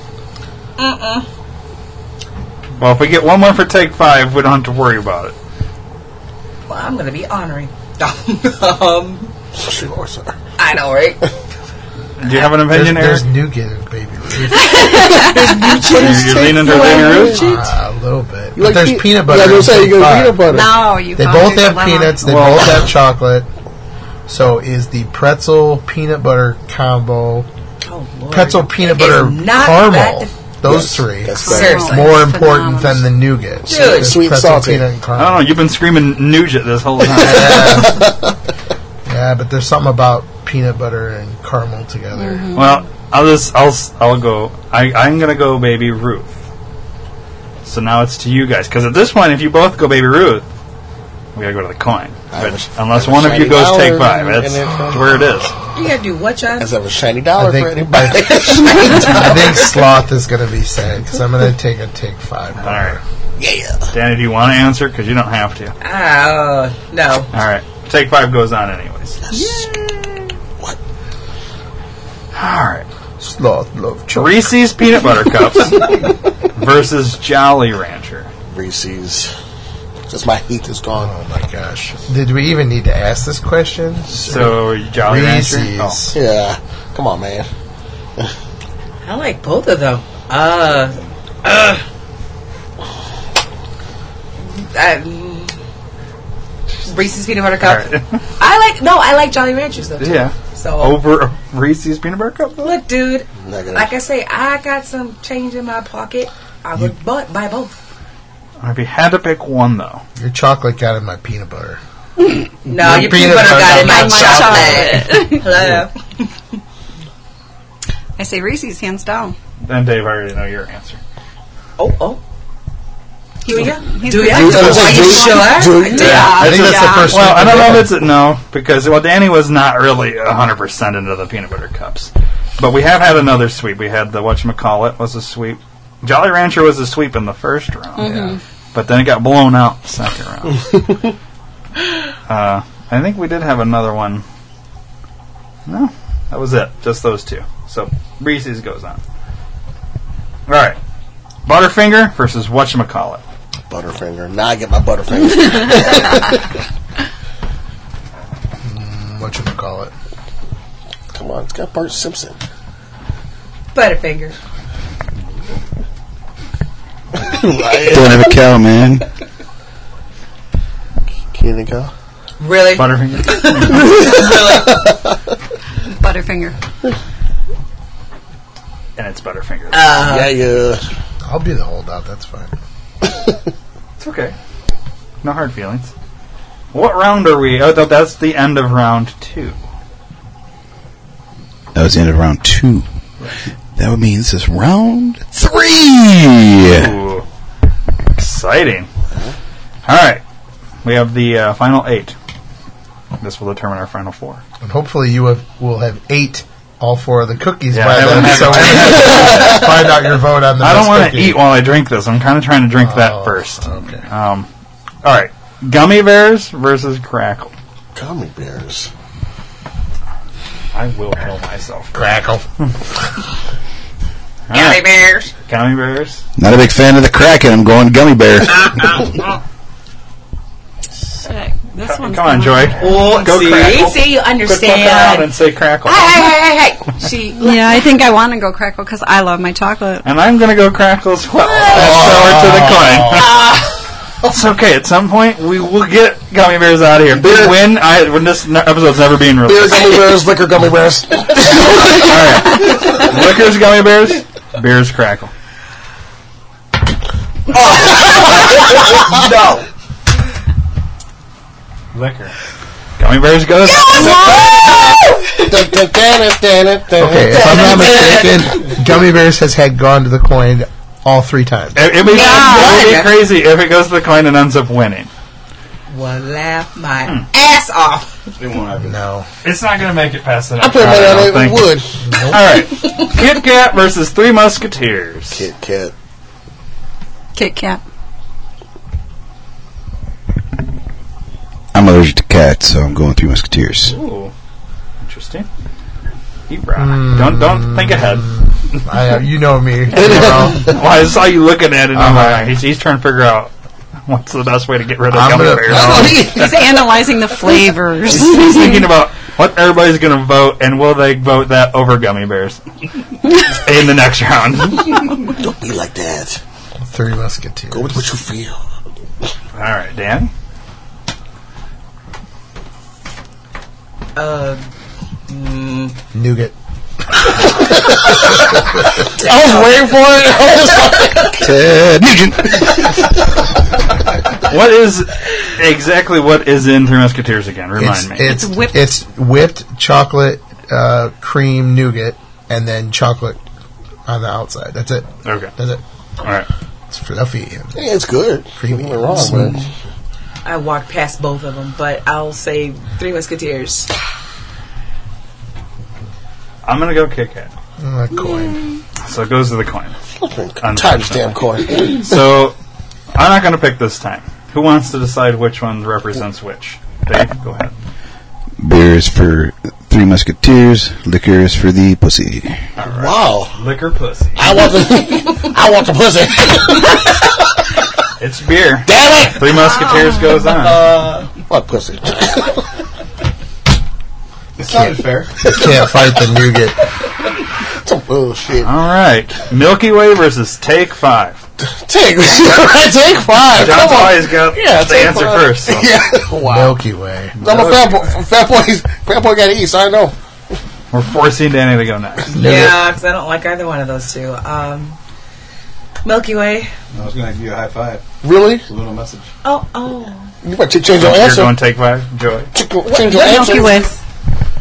B: Mm-mm. Well, if we get one more for Take Five, we don't have to worry about it.
F: Well, I'm going to be honoring. [LAUGHS] um,
G: Sure, sir.
F: I know, right?
B: Do you have an
E: There's,
B: opinion,
E: there's
B: Eric?
E: Nougat in Baby Ruth.
B: You're, you're leaning to Baby Ruth.
E: Uh, a little bit. But there's
G: pe-
E: peanut butter.
G: Yeah, I
E: in
G: was gonna say, you
E: Take
G: got
E: Five.
G: peanut butter.
C: Now you
E: They
C: found
E: both
C: your
E: have
C: dilemma.
E: peanuts. They both have chocolate. So is the pretzel peanut butter combo.
F: Oh, Lord.
E: Pretzel peanut
F: It is
E: butter
F: not
E: caramel.
F: that-
E: Those
G: Yes,
E: three.
G: that's
E: are
F: Seriously.
E: More
C: It's
E: important than
C: phenomenal.
E: the nougat. So
F: Dude.
E: it's
G: Sweet
E: pretzel
G: salty.
E: peanut and
B: I don't
E: caramel.
B: know. You've been screaming Nugent this whole
G: [LAUGHS]
B: time.
E: Yeah, but there's something about peanut butter and caramel together.
G: Mm-hmm.
B: well, I'll just I'll s- I'll go. I I'm gonna go Baby Ruth. So now it's to you guys because at this point, if you both go Baby Ruth, we gotta go to the coin. But
G: wish-
B: unless
G: I wish
B: one of you
G: I'd
B: goes
G: dollar
B: take five,
G: and
B: that's
G: then-
B: where it is.
F: You got to do what, John?
G: As I was shiny dollar
E: I think-
G: for anybody.
E: I think sloth is going to be sad because I'm going to take a take five.
B: All right,
G: [LAUGHS] yeah.
B: Danny, do you want to answer? Because you don't have to.
F: Oh, no.
B: All right, take five goes on anyways.
G: What?
B: All right,
E: Sloth love chocolate.
B: Reese's peanut butter cups versus Jolly Rancher.
G: Reese's. Just my heat is gone.
E: Oh my gosh! Did we even need to ask this question?
B: So Jolly Rancher. Oh.
E: Reese's.
G: Yeah. Come on, man.
F: I like both of them. Uh, uh, I, mm, Reese's peanut butter
B: All
F: cup.
B: right.
F: I like no, I like Jolly Ranchers though. Too.
B: Oh. Yeah.
F: So
B: Over Reese's peanut butter cup.
F: look, dude.
G: Negative.
F: Like I say, I got some change in my pocket. I would but buy both.
B: If you had to pick one though,
E: Your chocolate got in my peanut butter.
F: No,
E: Your
F: your
E: peanut
F: peanut butter
E: butter
F: got in my
C: Like my
F: chocolate.
C: chocolate.
F: Hello.
C: I say Reese's, hands down.
B: then Dave, I already know your answer.
F: Oh, oh. Do ya?
C: He's
F: Do
C: the-
F: ya? Are
C: Do ya?
F: you
G: Do
F: sure?
G: ya?
E: I think that's the first
B: Well, I
E: one.
B: don't know if it's no because well, Danny was not really hundred percent into the peanut butter cups, but we have had another sweep. We had the whatchamacallit was a sweep. Jolly Rancher was a sweep in the first round, but then it got blown out in the second round. uh, I think we did have another one. No, that was it. Just those two. So Reese's goes on. All right, Butterfinger versus whatchamacallit.
G: Butterfinger. Now I get
C: [LAUGHS]
G: my Butterfinger.
E: What you call it?
G: Come on, it's got
C: [LAUGHS]
G: Bart Simpson.
F: Butterfinger.
D: Don't have a cow, man.
G: Can you go?
F: Really?
B: Butterfinger.
C: Butterfinger.
B: and it's Butterfinger.
F: Uh,
G: yeah, yeah.
E: I'll be the holdout. That's fine.
B: it's okay. No hard feelings. What round are we? Oh, th- that's the end of round two.
D: That was the end of round two. That would mean this is round three. three.
B: Ooh. Exciting. All right. We have the uh, final eight. This will determine our final four.
E: And hopefully you have, will have eight, all four of the cookies
B: Yeah, I
E: by
B: haven't
E: then.
B: had-
E: So we
B: [LAUGHS]
E: can find out your vote on the
B: I don't
E: best
B: want to
E: cookie.
B: eat while I drink this. I'm kind of trying to drink
E: Oh,
B: that first.
E: okay.
B: Um, all right. Gummy bears versus crackle.
G: Gummy bears.
B: I will kill myself.
E: Crackle.
B: Gummy bears. Gummy bears.
D: Not a big fan of the Kraken. I'm going gummy bear.
C: Shit. This one's
B: Come on,
C: gonna-
B: Joy.
F: Oh,
B: Go
F: see,
B: crackle.
F: see, you
B: Quit fucking around
F: understand.
B: and say crackle.
F: Hey, hey, hey,
B: [LAUGHS]
F: hey, hey. She,
C: Yeah, I think I want to go crackle because I love my chocolate.
B: And I'm going to go crackle [LAUGHS] as well. That's so
G: Oh.
B: to the coin. [LAUGHS] it's okay. At some point, we will get gummy bears out of here. Big
G: Beer-
B: win. I, when this n- episode's never being
G: Beer
B: released.
G: gummy bears, liquor gummy
B: [LAUGHS]
G: bears.
B: Liquors, gummy bears, beers, crackle.
G: [LAUGHS] no.
B: Liquor. Gummy bears goes.
E: Okay, if I'm [LAUGHS] not mistaken, Gummy Bears has had gone to the coin all three times.
B: It, it'd be, it'd be crazy if it goes to the coin and ends up winning.
F: will laugh
B: Hmm.
F: my ass off.
E: No.
B: It's not going to make it past the
G: I
B: next
G: put
B: round,
G: that
B: don't
G: on it.
B: think.
G: Wood.
B: All right. Kit Kat versus Three Musketeers.
G: Kit Kat.
C: Kit Kat.
D: I'm allergic to cats, so I'm going three musketeers.
B: Ooh. Interesting. Eat raw. Don't don't think
G: [LAUGHS]
B: ahead.
E: I, uh, you know me.
B: well, I saw you looking at it. and I'm
G: Uh-huh.
B: like, he's, he's trying to figure out what's the best way to get rid of
E: I'm
B: gummy
E: gonna-
B: bears.
F: [LAUGHS]
G: [LAUGHS]
C: He's analyzing the flavors.
B: He's thinking about what everybody's going to vote, and will they vote that over gummy
G: [LAUGHS]
B: bears in the next round?
G: Don't be like that.
E: Three Musketeers.
G: Go with what you feel.
B: All right, Dan.
F: Uh, mm,
E: Nougat.
G: I was waiting for it. I was like,
D: Ted Nugent.
B: [LAUGHS] What is exactly what is in Three Musketeers again? Remind
E: It's,
B: me.
E: it's,
C: It's
E: whipped.
C: whipped.
E: it's whipped chocolate, uh, cream nougat, and then chocolate on the outside. That's it.
B: okay.
E: That's it.
B: All right.
E: It's fluffy and
G: yeah, it's good.
E: creamy.
G: Nothing wrong with it.
F: I walked past both of them, but I'll say Three Musketeers.
B: I'm gonna go Kit Kat.
E: Mm, a coin.
B: So it goes to the coin.
G: Times damn coin.
B: So I'm not gonna pick this time. Who wants to decide which one represents which? Dave, go ahead.
D: Beer is for three musketeers. Liquor is for the pussy.
G: Wow.
B: Liquor pussy.
G: I want the [LAUGHS] I want the pussy. [LAUGHS]
B: It's beer.
G: Damn it! Oh.
B: Three Musketeers goes on.
G: Fuck pussy.
H: It's not fair.
E: Can't fight the nougat.
G: Some bullshit.
B: All right, Milky Way versus Take Five.
G: Take take five.
B: John's
G: Come on.
B: always got
G: Yeah,
B: the
G: Take
B: answer
G: Five.
B: first. so-
G: [LAUGHS] Yeah. Wow.
E: Milky Way.
G: [LAUGHS] I'm a fat boy. Fat boy. Fat boy got to eat. So I know.
B: We're forcing Danny to go next.
F: Yeah, because I don't like either one of those two. Um, Milky Way.
H: I was going to give you a high five.
G: Really?
H: It's a little message.
F: Oh, oh.
G: You better change your
B: You're
G: answer.
B: going Take Five, Joy.
G: Ch- change your answer.
C: Milky Way.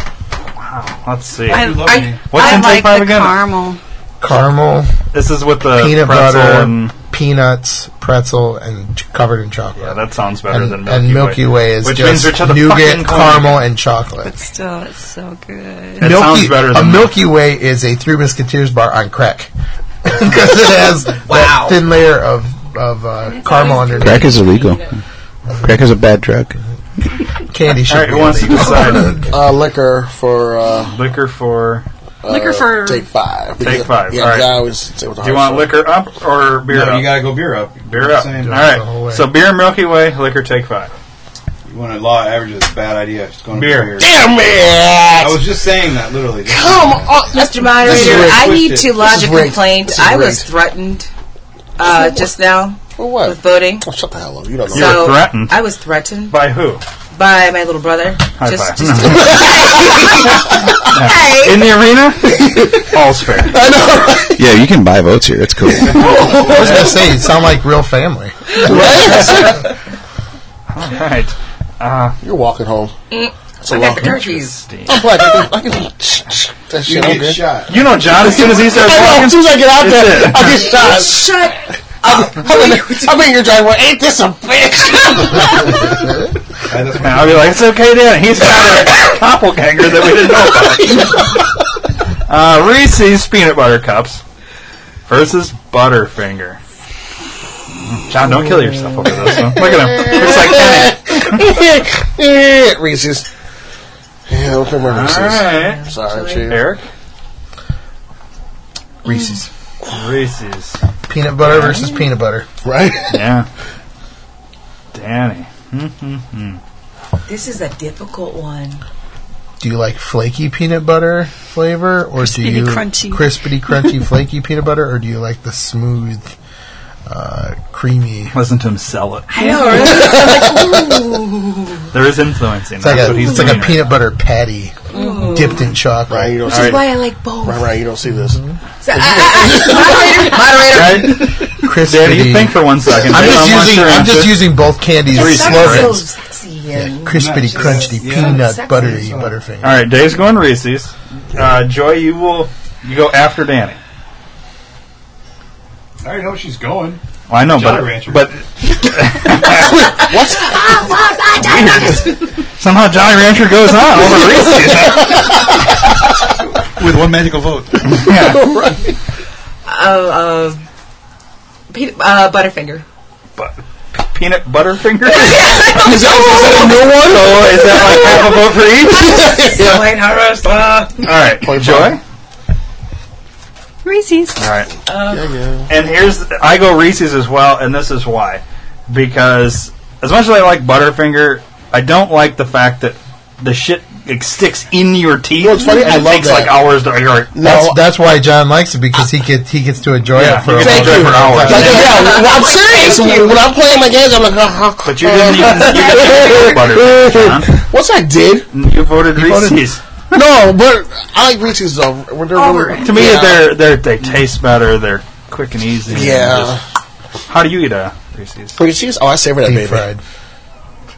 B: Wow, let's see.
C: I,
H: love me.
C: I,
B: What's
C: I
B: in Take
C: like
B: Five
C: the
B: again?
C: caramel.
E: Caramel,
B: this is with the
E: peanut
B: pretzel
E: butter,
B: and
E: peanuts, pretzel, and ch- covered in chocolate.
B: yeah, that sounds better
E: and,
B: than Milky,
E: and Milky Way, is
B: Which means
E: just
B: we're to the fucking
E: nougat,
B: corner.
E: caramel, and chocolate.
C: Still, it's so good.
B: It
E: Milky,
B: sounds better than
E: a Milky Way is a Three Musketeers bar on crack [LAUGHS] because
B: [LAUGHS]
E: it has that thin layer of of uh, caramel underneath.
D: Crack is illegal. Crack is a bad drug.
E: Candy
B: All
E: should
B: right,
E: be
B: who wants to
E: illegal.
G: [LAUGHS]
B: decide?
G: Uh, liquor for uh,
B: liquor for?
C: Liquor for
G: take five.
B: Take five,
G: Yeah,
B: alright.
G: I always say what the
B: Do you
G: hard
B: want
G: for.
B: liquor up or beer
H: No,
B: up?
H: you got to go beer up.
B: beer up.
H: Same.
B: All
E: the whole
B: right.
E: way.
B: So beer Milky Way, liquor Take Five.
H: You want to law averages? Bad idea. Just going
B: Beer.
H: beer.
G: Damn
H: I
G: it!
H: was just saying that literally.
G: Come on.
F: Mr. Moderator,
G: rigged.
F: I
H: This
F: need
H: is
F: to lodge a
G: rigged.
F: complaint.
G: This is
F: I was
G: rigged.
F: threatened uh, just now
G: For what?
F: with voting.
G: Oh, shut the hell up. You don't know.
B: You were
F: So
B: threatened?
F: I was threatened
B: By
G: [LAUGHS]
B: who?
F: by my little brother.
B: High
F: just,
B: five.
F: just-
B: [LAUGHS] In the arena?
G: [LAUGHS]
B: All's fair.
D: Yeah, you can buy votes here.
F: [LAUGHS]
D: It's cool.
E: I was gonna say, you sound like real family.
G: Right?
B: All right.
G: You're walking home.
F: I got the turkeys.
G: I'm
B: [LAUGHS]
G: black. I can, [LAUGHS] I can that
H: You
G: shit. I'm
H: get
G: good.
H: shot.
B: You know, John, as soon as he starts
G: I know.
B: walking,
G: As soon as I get out there,
B: That's
G: I get shot.
F: Shut
G: [LAUGHS] I'm in, the- I'm in your driveway. Ain't this a bitch?
H: Yeah, that's
B: And
H: my-
B: I'll be like, it's okay, Dan. He's got a doppelganger that we didn't know about. uh, Reese's peanut butter cups versus Butterfinger. John, don't kill yourself over this one. Look at him. Looks like Kenny.
G: Reese's. Yeah, open my Reese's.
B: Alright.
G: Sorry, Chief.
B: Eric? Reese's. Reese's.
E: Peanut butter versus peanut butter.
G: Right?
B: Yeah. Danny.
F: This is a difficult one.
E: Do you like flaky peanut butter flavor, or do
C: Crispity
E: you
C: crunchy.
E: crispity
C: [LAUGHS]
E: crunchy flaky peanut butter, or do you like the smooth, uh, creamy?
B: Listen to him sell it.
F: I know, right?
B: There is influencing.
E: It's like
B: That's
E: a
B: what he's
E: it's like a
B: doing right
E: peanut butter patty dipped in chocolate.
G: Right, you don't
F: Which
G: see
F: is why I like both.
G: Right, right, you don't see this.
F: [LAUGHS] So, uh, I- I- I-
B: now.
F: moderator, moderator.
B: Right?
E: Crispity.
B: Danny, you think for one second.
E: I'm
B: Based
E: just
B: on what's
E: using
B: your
E: I'm
B: answer.
E: just using both candies as
F: Suck
E: slogans.
F: those in.
E: Crispity, crunchy,
H: Yeah.
E: peanut
F: Sexy.
E: buttery, butterfinger.
B: All right, Dave's going Reese's. Uh, Joy, you will you go after Danny.
H: I already know she's going.
B: Well, I know,
H: Jolly
B: but
H: Rancher.
B: but
C: [LAUGHS]
B: somehow Jolly Rancher goes
D: [LAUGHS]
B: on over Reese's.
D: With one magical vote.
B: Yeah.
F: Uh, uh, pe- uh, Butterfinger.
B: But, peanut [LAUGHS] Butterfinger.
G: [LAUGHS] Is that, is that a new one?
B: so Oh, is that like half a vote for each?
F: Wayne
G: [LAUGHS]
F: Harris. Uh,
B: All right, Joy.
C: Reese's.
E: Oh,
B: All right. And here's I go Reese's as well, and this is why. Because as much as I like Butterfinger, I don't like the fact that the shit like, sticks in your teeth.
G: You know what's funny?
B: and
G: I
B: it
G: love
B: takes
G: that.
B: like hours to. Like,
E: That's, that's why John likes it because he gets he gets to enjoy
B: Yeah,
E: it for
B: he
E: a
B: gets to
E: long
G: Thank
B: enjoy for hours.
E: time.
G: you. Like, yeah,
F: [LAUGHS]
G: yeah, well, I'm serious. When I'm playing my games, I'm like, oh,
B: But you
G: [LAUGHS]
B: didn't even you didn't even vote Butterfinger, John.
G: What's I did?
B: You voted Reese's.
G: No, but I like Reese's though. When they're really,
B: To me,
G: yeah.
B: they're they're they taste better. They're quick and easy. and
G: yeah.
B: just- how do you eat a Reese's?
G: Reese's. Oh, I savor that
E: Deep
G: baby.
E: fried.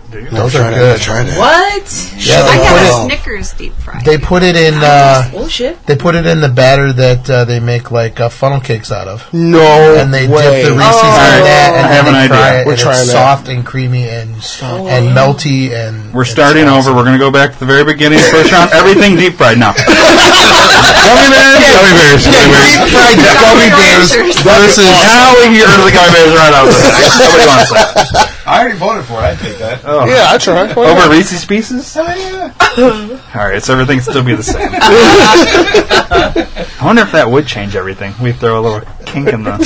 B: Do you?
E: Those
G: Try
E: are
G: that.
E: good.
G: Try that.
F: what?
E: Yeah,
C: I
E: they put
C: have
E: it-
C: a Snickers deep fried.
E: They put it in. Uh,
F: Bullshit.
E: they put it in the batter that uh, they make like uh, funnel cakes out of,
G: No
E: and they
G: way.
E: dip the Reese's
B: Alright,
E: in that, and
B: Oh, I have
E: then
B: an
E: they fry
B: idea. Oh,
E: it. and
G: We're trying
E: it's
G: that.
E: soft and creamy and and melty and.
B: We're starting over. We're going to go back to the very beginning. First round, everything deep fried.
E: [LAUGHS]
B: Now, gummy bears, gummy bears, gummy bears.
E: Deep fried gummy bears versus
B: Now we hear the gummy bears right out of the bag. Nobody wants that.
H: I already voted for it. I take that.
B: Oh.
G: Yeah, I try. Why not?
B: Over Reese's Pieces?
E: Oh,
B: All right, so everything still be the
E: [LAUGHS]
B: same. I wonder if that would change everything. We throw a little kink in the.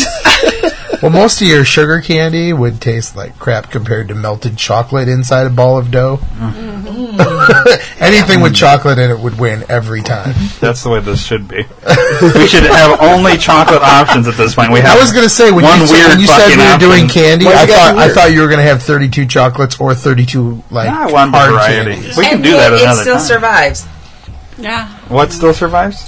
E: Well, most of your sugar candy would taste like crap compared to melted chocolate inside a ball of dough.
B: Mm-hmm.
E: [LAUGHS] Anything
B: Mm.
E: with chocolate in it would win every time.
B: That's the way this should
E: [LAUGHS]
B: be. We should have only chocolate options at this point. We have
E: I was going to say when
B: one
E: you, said-
B: weird
E: when you said we
B: fucking
E: were
B: option.
E: doing candy,
G: Why'd
E: I
G: you guys
E: thought
G: do
E: I
G: weird?
E: thought you were going to have 32 chocolates or 32 like
B: I want
E: hard
B: Ah, variety.
E: candies.
B: We can
F: And
B: do that
F: yet It
B: another
F: still
B: time.
F: survives.
C: Yeah.
B: what still survives?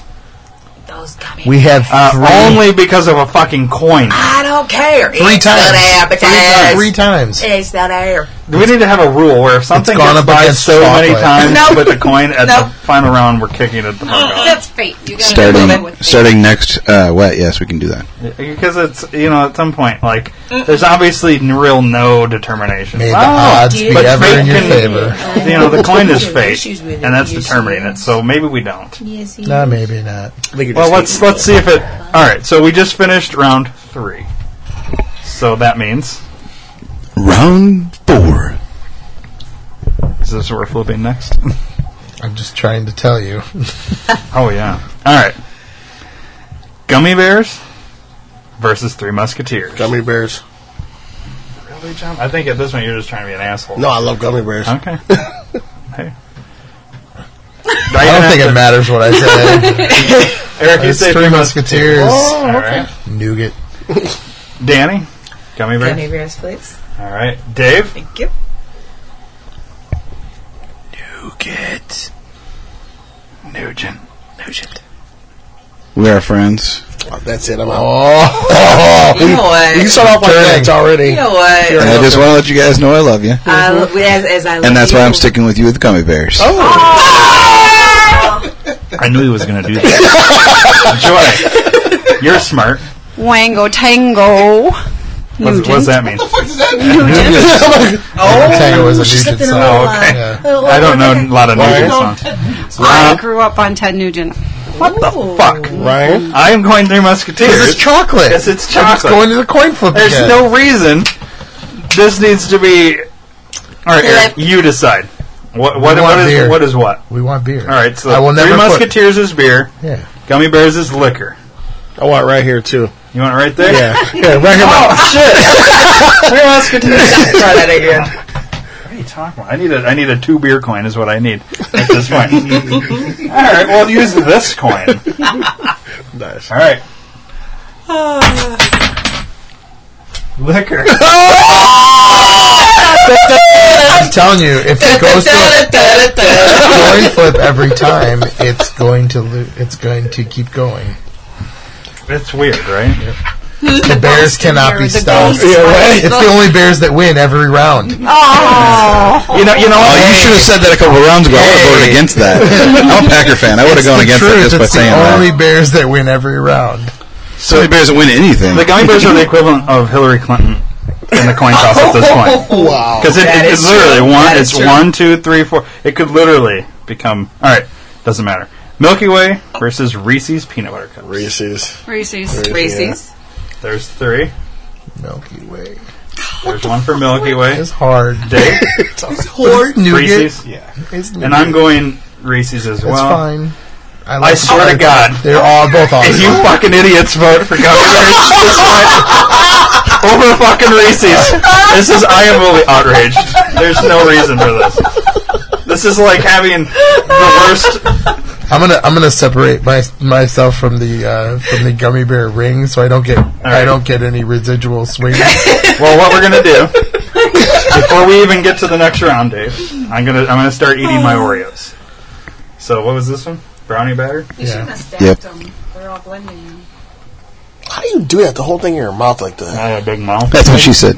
F: Those gummy.
E: We have
B: Uh,
E: three,
B: only because of a fucking coin.
F: I don't care.
E: three
F: it's Not
E: times. Three times.
F: appetite.
E: Three times.
F: It's not air.
B: We need to have a rule where if something
E: gone
B: gets
E: up
B: by
E: against
B: so many
E: chocolate.
B: times
F: [LAUGHS] Nope.
B: with the coin, at
F: Nope.
B: the final round we're kicking it the fuck
E: [LAUGHS]
B: out.
C: That's fate. You gotta live
D: starting
C: with fate.
D: starting next uh, wet. Yes, we can do that.
B: Because it's, you know, at some point, like, there's obviously n- real no determination.
E: May the
B: Oh,
E: odds be
B: but
E: ever
B: fate
E: in your
B: can-
E: favor.
B: You know, the coin is
F: uh, [LAUGHS] Issues
B: fate,
F: with it,
B: and that's
F: issues
B: determining it, so maybe we don't.
E: No, maybe not.
B: Well, let's let's see if it. All right, so we just finished round three, so that means
D: Round four.
B: is this what we're flipping next? [LAUGHS]
E: I'm just trying to tell you.
B: Oh yeah. All right. Gummy bears versus Three Musketeers.
G: gummy bears.
B: Really, John? I think at this point you're just trying to be an asshole.
G: No, I love gummy bears.
B: [LAUGHS] Okay. hey.
E: [LAUGHS] I don't think it matters what I said.
B: Eric, you
E: [LAUGHS] It's
B: say
E: Three Musketeers,
B: All right.
E: nougat.
B: Danny, gummy bear.
F: Gummy bears, please.
B: All right. Dave,
F: Thank you.
B: Nugent. Nugent.
D: We are friends.
G: That's it. I'm out. Oh,
F: You know what?
G: You can start off like that. It's already.
F: You know what?
G: You're
D: And I just want to let you guys know I love you.
F: I lo- as, as I
D: And that's
F: you.
D: why I'm sticking with you with gummy bears.
B: I knew he was going to do that. [LAUGHS] Joy, you're smart.
C: Wango tango.
B: What's, what's that mean?
E: Tango is a
F: She slipped
E: Nugent
F: in a
E: song. Oh,
F: little
B: okay.
F: line.
E: Yeah.
F: Little-
B: I don't know a lot of Nugent songs.
C: I grew up on Ted Nugent.
B: What the fuck?
G: Right?
B: I am going through Musketeers.
E: This is chocolate.
B: Yes, it's
E: I'm just
B: chocolate.
E: going to the coin flip
B: There's
E: again.
B: no reason. This needs to be. All right, Eric, you decide. What what,
E: We
B: what
E: want
B: is
E: beer.
B: what is what?
E: we want beer.
B: All right, so
E: I will never
B: Three
E: put-
B: Musketeers is beer.
E: Yeah.
B: Gummy Bears is liquor.
G: I want it right
E: [LAUGHS]
G: here, too.
B: You want it right there? [LAUGHS]
G: Yeah. yeah right here.
B: Oh shit! Three Musketeers.
F: Try that again.
B: What are you talking about? I need a I need a two beer coin is what I need at this
E: [LAUGHS]
B: point. All right, well use this coin.
G: Nice.
B: All right. Liquor.
E: I'm telling you, if it goes to a coin flip every time, it's going to lo- it's going to keep going.
B: It's weird, right?
E: The bears cannot be stopped.
G: Yeah, right?
E: It's the only bears that win every round.
B: You know, you know.
D: Oh,
B: what?
D: you should have said that a couple rounds ago. I would have voted against that. I'm a Packer fan. I would have
E: It's
D: gone
E: the
D: against
E: truth.
D: it just by
E: it's the
D: saying
E: only
D: that.
E: bears that win every round.
D: So many bears that win anything.
B: The gummy bears are the equivalent of Hillary Clinton in the coin toss at
E: [LAUGHS] Oh,
B: this point.
G: Wow.
B: Because it,
F: That
B: it-
F: is
B: it's literally
F: true.
B: one.
F: That
B: It's
F: is true.
B: one, two, three, four. It could literally become. All right, doesn't matter. Milky Way versus Reese's peanut butter cups.
G: Reese's.
C: Reese's.
F: Reese's.
B: There's three.
E: Milky Way.
B: There's one for Milky Way.
E: It's hard.
B: Dave,
E: It's nougat.
B: Reese's,
H: Yeah.
E: It's nougat.
B: and I'm going Reese's as
E: It's
B: well.
E: fine.
B: I
E: like
B: swear to
E: it.
B: God.
E: they're all both
B: If
E: awesome.
B: you fucking idiots vote for gummy bears this point, over fucking Reese's, this is I am really outraged. There's no reason for this. This is like having the worst
E: I'm gonna I'm gonna separate my, myself from the uh, from the gummy bear ring so I don't get I
B: right.
E: don't get any residual
B: [LAUGHS]
E: swings.
B: Well, what we're gonna do before we even get to the next round, Dave, I'm gonna I'm gonna start eating my Oreos. So what was this one? Brownie batter.
C: You shouldn't have stacked
D: Yep.
C: them. They're all blending. in.
G: How do you do that? The whole thing in your mouth like that.
B: I had a big mouth.
D: That's what
E: [LAUGHS]
D: she said.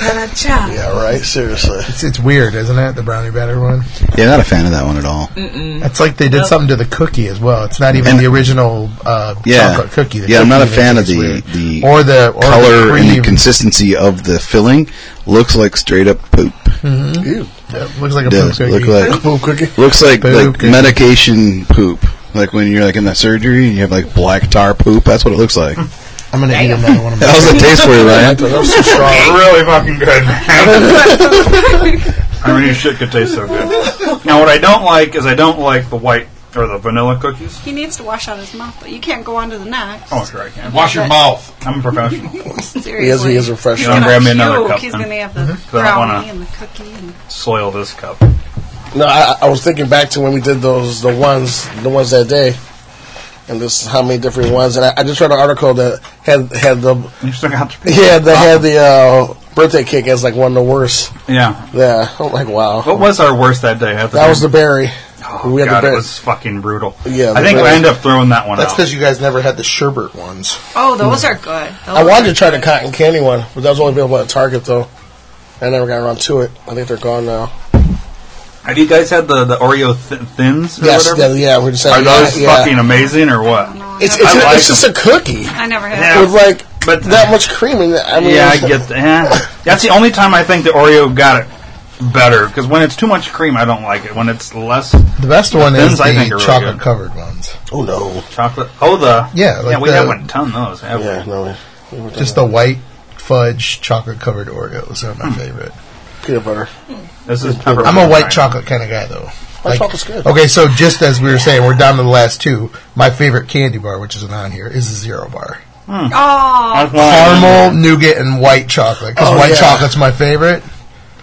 F: Cha-cha.
G: Yeah, right? Seriously.
E: It's, it's weird, isn't it? The brownie batter one.
B: Mm-hmm.
D: Yeah, not a fan of that one at all.
E: Mm. It's like they did something to the cookie as well. It's not even
D: And-
E: the original uh,
D: Yeah.
E: chocolate cookie. The
D: Yeah, I'm
E: cookie
D: not a
E: even
D: fan of
E: tastes
D: the,
E: weird.
D: the
E: or the or the
D: color and
E: cream.
D: the consistency of the filling. Looks like straight up poop.
G: Ew.
E: Yeah, it looks like a poop
D: Does
E: cookie.
D: look like
G: Boom cookie.
D: looks like
E: Poop
D: like
E: cookie.
D: medication poop. Like when you're like in that surgery and you have like black tar poop. That's what it looks like. [LAUGHS]
E: I'm gonna eat another one. Of them.
D: How's the taste for
E: [LAUGHS]
D: you, Ryan?
G: That was so strong.
B: [LAUGHS] Really fucking good.
H: [LAUGHS]
B: Man. I mean, your shit could taste so good. Now, what I don't like is I don't like the white or the vanilla cookies.
C: He needs to wash out his mouth, but you can't go on to the next.
B: Oh, sure I can.
H: Wash your mouth.
B: I'm a professional.
C: Seriously.
G: He has, he has a fresh
B: You
G: one.
B: know, grab me another
C: Puke.
B: cup.
C: He's
B: then. Mm-hmm.
C: going to have the
B: I don't wanna-
C: brownie and the cookie. And
B: Soil this cup.
G: No, I, I was thinking back to when we did those, the ones, the ones that day, and this how many different ones. And I, I just read an article that had had the
B: You still got to
G: yeah that had the uh, birthday cake as like one of the worst.
B: Yeah.
G: Yeah,
D: oh
G: I'm like wow,
B: What was our worst that day? I have to
G: that was the
B: think.
G: berry.
B: Oh,
G: we had
B: God,
G: the
B: it
G: berry.
B: was fucking brutal.
G: Yeah,
B: I
G: the
B: think
G: best.
B: I end up throwing that one
E: That's
B: out.
E: because you guys never had the sherbet ones.
B: Mm-hmm.
C: oh, those are good. Those
G: I wanted
C: are
G: to try the
C: good.
G: cotton candy one, but that was only available at Target though. I never got around to it. I think they're gone now.
B: Have you guys had the, the Oreo th- thins or
G: Yes, yeah,
B: whatever?
G: yeah, we're just
B: Are
G: having
B: those
G: yeah,
B: fucking amazing or what?
G: It's,
B: I
G: it's,
B: like
G: it's just a cookie
C: I never had
B: Yeah.
G: with like
B: But-
G: that much cream in it. I mean,
B: Yeah, I
G: it's-
B: get that. That's the only time I think the Oreo got it better because when it's too much cream, I don't like it. When it's less
E: The best one
B: thins,
E: is
B: I think, are
E: the
B: really
E: chocolate
B: good.
E: covered ones.
G: Oh no.
B: chocolate. Oh, the
E: Yeah,
B: yeah,
E: like
B: we
E: the-
B: haven't done those, have
G: Yeah,
B: we?
G: no. we were
E: Just the white fudge chocolate covered Oreos are my favorite.
G: peanut butter.
B: This is peppermint,
E: I'm a white
B: right?
E: chocolate kind of guy, though.
G: White chocolate's good.
E: Okay, so just as we were saying, we're down to the last two. My favorite candy bar, which isn't on here, is the zero bar.
C: Oh,
B: That's why-
E: Caramel, nougat, and white chocolate. Because
G: Oh,
E: white
G: yeah.
E: chocolate's my favorite.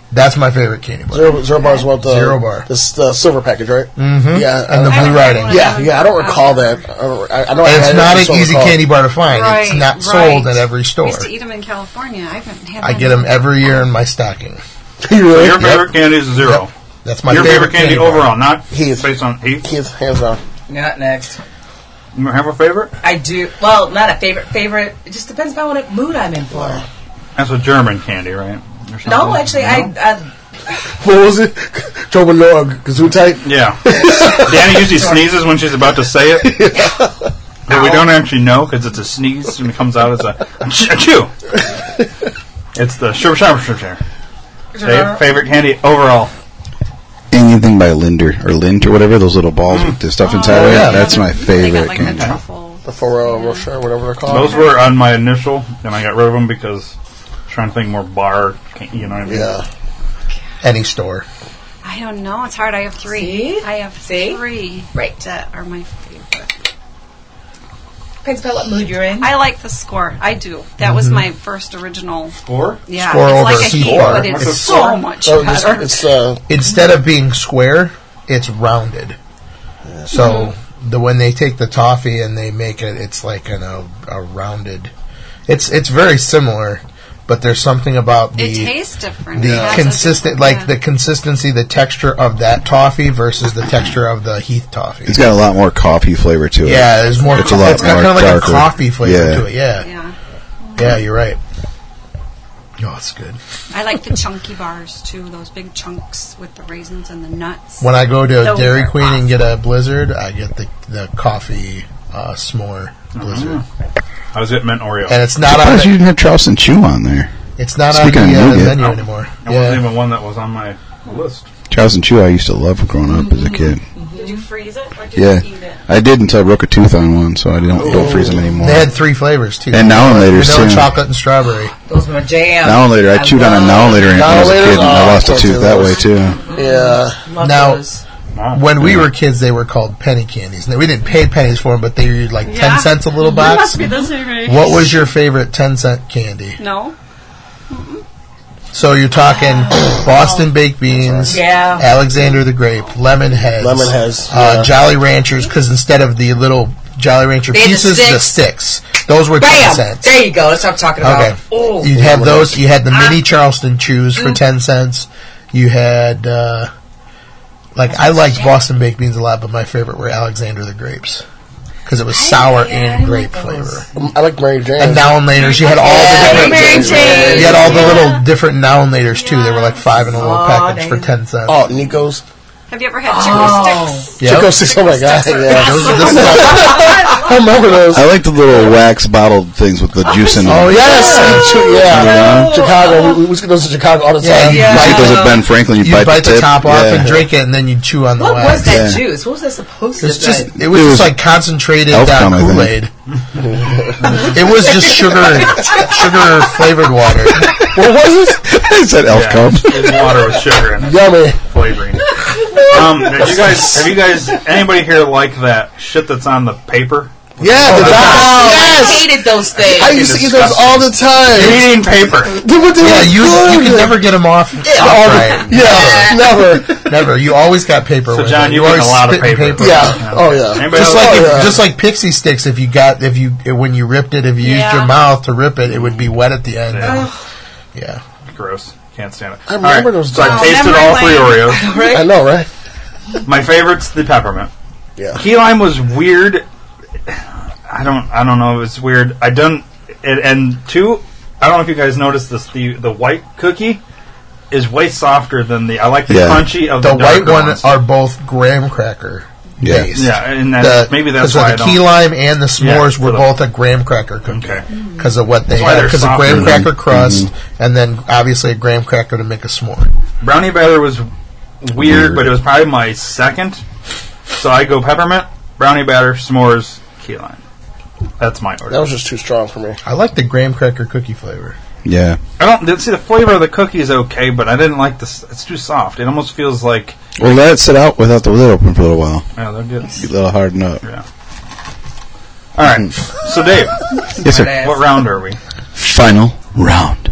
E: That's my favorite candy bar.
G: Zero, zero bars what the
E: Zero bar.
G: This the silver package, right?
E: Mhm.
G: Yeah,
E: And the
G: I-
E: blue riding.
C: I-
G: yeah, yeah. I don't recall that. I, don't, I, I know. I
E: And
G: had
E: it's
G: it, I
E: not
G: just
E: an
G: don't
E: easy
G: recall. [LAUGHS]
E: candy bar to find.
C: right.
E: it's not
C: right.
E: sold at every
C: I
E: store.
C: used to eat them in California. I haven't had
E: I
C: them
E: get
C: in-
E: them every year in my stocking.
B: So your
E: Yep.
B: favorite candy is zero.
E: That's my
B: your favorite, candy,
E: bar.
B: overall, not
G: Heath.
B: based on Heath.
G: Keith, hands down.
F: Not next.
B: You have a favorite?
F: I do. Well, not a favorite. Favorite. It just depends upon what mood I'm in for.
B: That's a German candy, right? Or something?
F: No, actually, I, I
G: What was it? [LAUGHS] Trobelog, Gesundheit.
B: Yeah. Danny usually sneezes when she's about to say it. But we don't actually know because it's a sneeze and it comes out as a ach- achoo. It's the Shubba Shubba Shubba Shubba. Favorite candy overall.
D: Anything by Linder or Lint or whatever, those little
E: Mm.
D: balls with the stuff
E: Oh,
D: inside of it.
G: yeah.
D: That's my
C: They
D: favorite
C: got like
D: candy.
C: the truffle.
G: The Ferrero Rocher, whatever they're called.
B: Those were on my initial, and I got rid of them because I was trying to think more bar, can- you know what I mean?
G: yeah.
E: Any store.
C: I don't know. It's hard. I have three.
F: See?
C: I have
F: See?
C: three
F: Right.
C: that are my favorite.
F: depends upon what mood you're in.
C: I like the score. I do. That was my first original.
B: Score?
E: Mm-hmm.
C: Yeah,
E: Score
C: it's
E: over
C: like a
E: C
C: heat,
E: four.
C: but it's,
E: What's a Oh,
C: so much
G: So it's,
C: better.
G: it's uh,
E: Instead of being square, it's rounded. So
C: Mm-hmm.
E: the when they take the toffee and they make it, it's like an, a, a rounded. It's it's very similar, but there's something about the
C: it tastes different.
E: the
C: It has a
E: consistent
C: different-
E: like
C: yeah.
E: the consistency, the texture of that toffee versus the texture of the Heath toffee.
D: It's got a lot more coffee flavor to it.
E: yeah, there's more.
D: It's a lot
E: it's got
D: more
E: kind of like
D: darker.
E: a coffee flavor
D: Yeah.
E: to it. Yeah. yeah,
C: Yeah,
E: you're right. Oh, it's good.
C: I like the chunky bars too. Those big chunks with the raisins and the nuts.
E: When I go to
C: Those
E: Dairy
C: are
E: Queen and get a Blizzard, I get the the coffee uh, s'more Blizzard,
B: I was getting mint Oreo.
E: and it's not on
D: Surprised you
E: the,
D: didn't have Charleston Chew on there.
E: it's not on the,
D: Speaking of
E: uh,
D: nougat.
E: menu
B: Oh,
E: anymore.
B: It wasn't
E: Yeah.
B: even one that was on my list.
D: Charleston Chew I used to love growing up
C: Mm-hmm.
D: as a kid.
C: Did you freeze it or did
D: Yeah. I did until I broke a tooth on one, so I don't, don't freeze them anymore.
E: They had three flavors too.
D: And now and later,
E: vanilla,
D: too.
E: chocolate, and strawberry.
F: Those were my jam.
D: Now and later, I chewed on a now and later when I was a
G: Now and
D: kid, and I
G: later?
D: lost
G: Oh,
D: a
G: I
D: tooth
G: can't
D: that
G: do
D: way
G: those.
D: too.
G: yeah.
F: Love
E: Now-
F: those.
B: Wow.
E: When we were kids, they were called penny candies. Now, We didn't pay pennies for them, but they were like ten
C: Yeah.
E: cents a little
C: It
E: box.
C: must be the same age.
E: What was your favorite ten cent candy?
C: No,
E: So you're talking Boston baked beans,
F: Yeah.
E: Alexander the grape, lemon heads,
G: Lemon heads,
E: uh,
G: yeah.
E: Jolly Ranchers. Because instead of the little Jolly Rancher
F: They had the
E: pieces, the sticks. Those were ten
F: Bam!
E: cents.
F: There you go. That's what I'm talking about.
E: Okay,
F: Oh, Ah. Mm.
E: you'd have those. You had the mini Charleston chews for ten cents. You had uh, like I liked Boston baked beans a lot, but my favorite were Alexander the grapes because it was sour and grape flavor.
G: I like Mary Jane.
E: And now and later, you had all
F: Yeah,
E: the different.
F: Mary Jane.
E: You had all the little different now and laters too. They were like five in a little
F: Oh,
E: package for
F: nice.
E: ten cents.
G: oh, Nico's.
C: have you ever had
F: Oh.
C: chicken sticks?
E: Yep.
G: Chico Six. Oh my god. Yeah.
E: Those
C: [LAUGHS]
E: are- this is like-
G: I remember those.
D: I like the little wax bottled things with the juice in them.
E: oh
G: Yes,
E: yes,
G: and Chi- yeah.
D: Yeah.
G: Chicago. We, we used to get those in Chicago all the
E: Yeah,
G: time.
E: you-
D: You see those at Ben Franklin, you,
E: you bite the
D: tip.
E: top off
D: Yeah.
E: and
D: [LAUGHS]
E: drink it, and then you chew on the
F: What was
E: wax.
F: that
D: Yeah.
F: juice? What was that supposed
E: It's
F: to
E: just
F: be?
E: it was,
D: It was
E: just like concentrated
D: elf
E: down
D: gum, I think.
E: Kool Aid. [LAUGHS] it was just sugar, sugar flavored water.
G: What was it?
D: Is that elf
B: Yeah.
D: cup?
B: It's water with sugar in it.
G: Yummy.
E: [LAUGHS]
B: flavoring. um, have you guys, have you guys, anybody here like that shit that's on the paper?
G: Yeah, the dots. Yes.
F: I hated those things.
G: I used to eat those
B: Disgusting.
G: all the time.
B: Eating paper.
G: Dude, what the
E: Yeah, you you
G: could
E: could never get them off.
G: all
E: Right.
G: the, [LAUGHS]
E: [LAUGHS]
G: yeah, never.
E: Never. You always got paper.
B: So
E: with
B: John,
E: it.
B: you ate a
E: always
B: lot of
E: spitting
B: paper.
G: Yeah. Oh yeah.
B: Anybody else?
E: Just like
G: Oh,
E: if,
G: yeah.
E: just like pixie sticks, if you got if you when you ripped it, if you used
C: Yeah.
E: your mouth to rip it, it would be wet at the end.
B: Yeah.
E: Yeah, yeah.
B: gross. Can't stand it.
G: I remember
B: All
G: those
B: So I
G: dots.
B: tasted
C: Memory
B: all three
C: lane.
B: Oreos.
G: I know, right?
B: My favorite's the peppermint.
G: Yeah.
B: Key lime was weird. I don't. I don't know. if It's weird. I don't. And, and two. I don't know if you guys noticed this. The the white cookie is way softer than the. I like the
D: Yeah.
B: crunchy of the,
E: The white
B: darker
E: one
B: ones.
E: are both graham cracker
D: Yeah.
E: based.
B: yeah, and that's,
E: The-
B: maybe that's
E: 'cause
B: why I
E: the
B: don't.
E: key lime and the s'mores
B: Yeah, for
E: were
B: the-
E: both a graham cracker cookie
B: Okay.
E: because of what they
B: why
E: had
B: they're
E: because of graham
B: softer than-
E: cracker crust and then obviously a graham cracker to make a s'more.
B: Brownie batter was weird,
D: Weird.
B: but it was probably my second. So I go peppermint, brownie batter, s'mores, key lime. That's my order.
G: That was just too strong for me.
E: I like the graham cracker cookie flavor.
D: Yeah.
B: I don't see the flavor of the cookie is okay, but I didn't like this. It's too soft. It almost feels like
D: Well, let it sit out without the lid open for a little while.
B: oh, they're good.
D: Get a little hardened up.
B: All
E: Mm.
B: right, so
G: [LAUGHS]
B: Dave,
D: Yes, sir.
F: Ass.
B: what round are we?
D: Final round.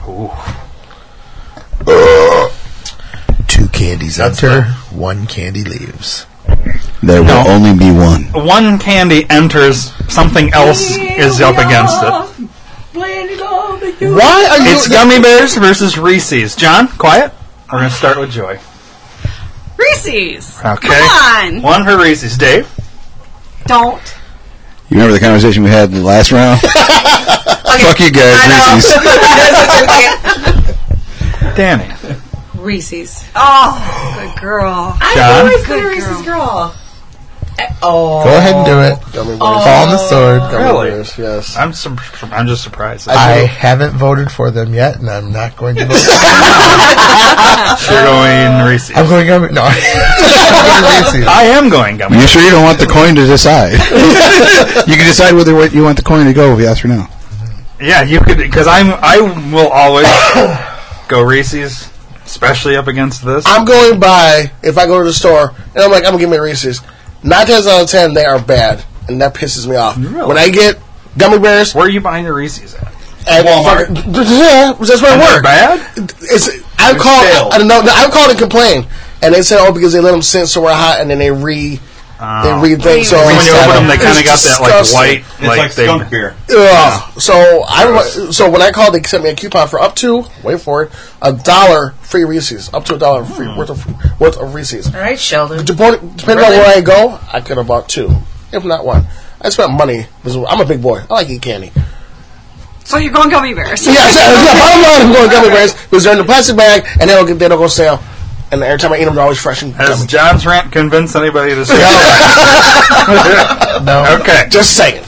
E: Two candies enter, one candy leaves.
D: There will
B: No.
D: only be one.
B: One candy enters, something else is up against it.
G: Why are you?
B: It's gummy bears versus Reese's. John, quiet. We're gonna start with Joy.
C: Reese's.
B: Okay.
C: Come on.
B: One for Reese's. Dave.
C: Don't
D: You remember the conversation we had in the
E: [LAUGHS]
D: last round? Fuck you guys, Reese's.
B: Danny.
C: Reese's. Oh, good girl.
F: I
B: John?
F: always been a
C: Good
F: Reese's
C: girl.
F: girl. Eh, Oh,
E: Go ahead and do it.
G: Gummy bears.
E: Fall on the sword.
G: Gummy
B: Really?
G: bears, yes.
B: I'm sur- I'm just surprised.
E: I haven't voted for them yet, and I'm not going to [LAUGHS] vote.
B: You're going Reese's.
E: I'm going gummy. No, I'm going Reese's.
B: I am going gummy.
D: You sure you don't want the coin to decide? you can decide whether what you want the coin to go, yes or no.
B: Yeah, you could because I'm I will always go Reese's, especially up against this.
G: I'm going by if I go to the store and I'm like, I'm gonna give me Reese's. Nine times out of ten, they are bad, and that pisses me off.
B: Really?
G: When I get gummy bears
B: Where are you buying your Reese's at?
G: at
B: Walmart.
G: fucking- yeah, that's where I
B: They're
G: work.
B: bad?
G: It's I've called.
B: stale.
G: I, I, no, no, I've called and complained, and they said, oh, because they let them sit somewhere hot, and then they re. They rethink. So
B: Oh. When you open them, they
G: It's
B: kind of got that like
G: disgusting.
B: white,
H: It's like,
B: they,
H: skunk beer.
G: Ugh. So I rem- so when I called, they sent me a coupon for up to wait for it a dollar free Reese's, up to a dollar free
B: Hmm.
G: worth of worth of Reese's.
F: all right, Sheldon.
G: Depending, depending on where I go, I could have bought two, if not one. I spent money. 'cause I'm a big boy. I like to eat candy.
C: So you're going gummy bears. [LAUGHS]
G: Yeah, so, yeah bottom line, I'm going gummy bears because they're in the plastic bag and they don't get they don't go stale. And every time I eat them, they're always fresh and
B: Has
G: gummy.
B: John's rant convinced anybody to say [LAUGHS]
E: No.
B: Okay.
G: Just saying,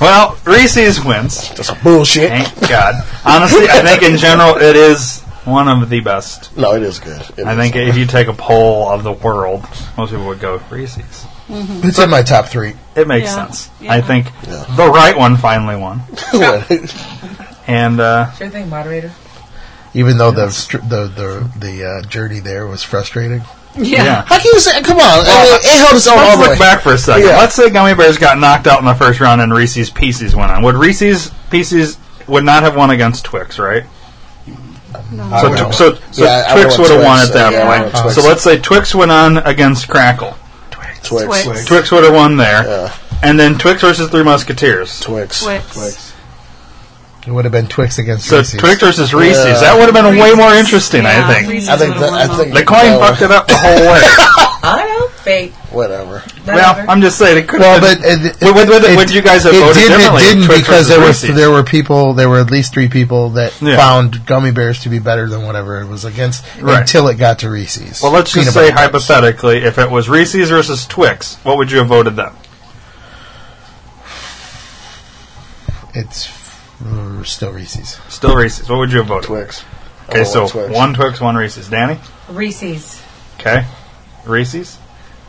B: Well, Reese's wins.
G: that's bullshit.
B: Thank God. Honestly, I think in general it is one of the best.
G: No, it is good. It
B: I
G: is.
B: think if you take a poll of the world, most people would go Reese's.
E: It's in my top
G: [LAUGHS]
E: three.
B: It makes
C: Yeah.
B: sense.
C: Yeah.
B: I think the right one finally won. And uh,
F: Sure thing, moderator.
E: [LAUGHS] Even though the str- the the the uh, journey there was frustrating.
B: yeah.
G: How can you say? Come on, it, it held its own all
B: Let's
G: the
B: look
G: way.
B: back for a second.
G: Yeah.
B: Let's say Gummy Bears got knocked out in the first round and Reese's Pieces went on. Would Reese's Pieces would not have won against Twix, right? So,
G: would
B: Tw-
G: have
B: so,
G: won.
B: so
G: Yeah, I would
B: Twix
G: have
B: would have won
G: Twix,
B: at that
G: yeah, I would have
B: point.
G: Twix.
B: So let's say Twix went on against Crackle.
G: Twix,
C: Twix.
B: Twix would have won there,
G: Yeah.
B: and then Twix versus Three Musketeers.
G: Twix,
C: Twix.
E: It would have been Twix against
B: So
E: Reese's.
B: Twix versus Reese's.
G: Yeah.
B: That would have been way more interesting,
C: Yeah,
B: I think.
C: Reese's
G: I think
C: would've
G: that
C: won
G: I think
B: The coin
G: that
B: fucked it
G: was-
B: up the whole
C: [LAUGHS]
B: way.
F: I know, fate.
G: Whatever.
B: well, I'm just saying it could
E: Well,
B: have
E: but
B: been.
E: it,
B: would, would- would-
E: it-
B: would you guys have
E: it
B: voted
E: didn't,
B: differently?
E: It didn't
B: Twix versus
E: because there was
B: Reese's?
E: there were people there were at least three people that
B: Yeah.
E: found gummy bears to be better than whatever it was against
B: Right.
E: until it got to Reese's.
B: Well, let's just
E: Peanut
B: say
E: butter cups.
B: hypothetically, if it was Reese's versus Twix, what would you have voted then?
E: it's uh, still Reese's.
B: Still Reese's. What would you have voted?
G: Twix.
B: Okay,
G: Oh,
B: so
G: Twix.
B: one Twix, one Reese's. Danny.
F: Reese's.
B: Okay. Reese's.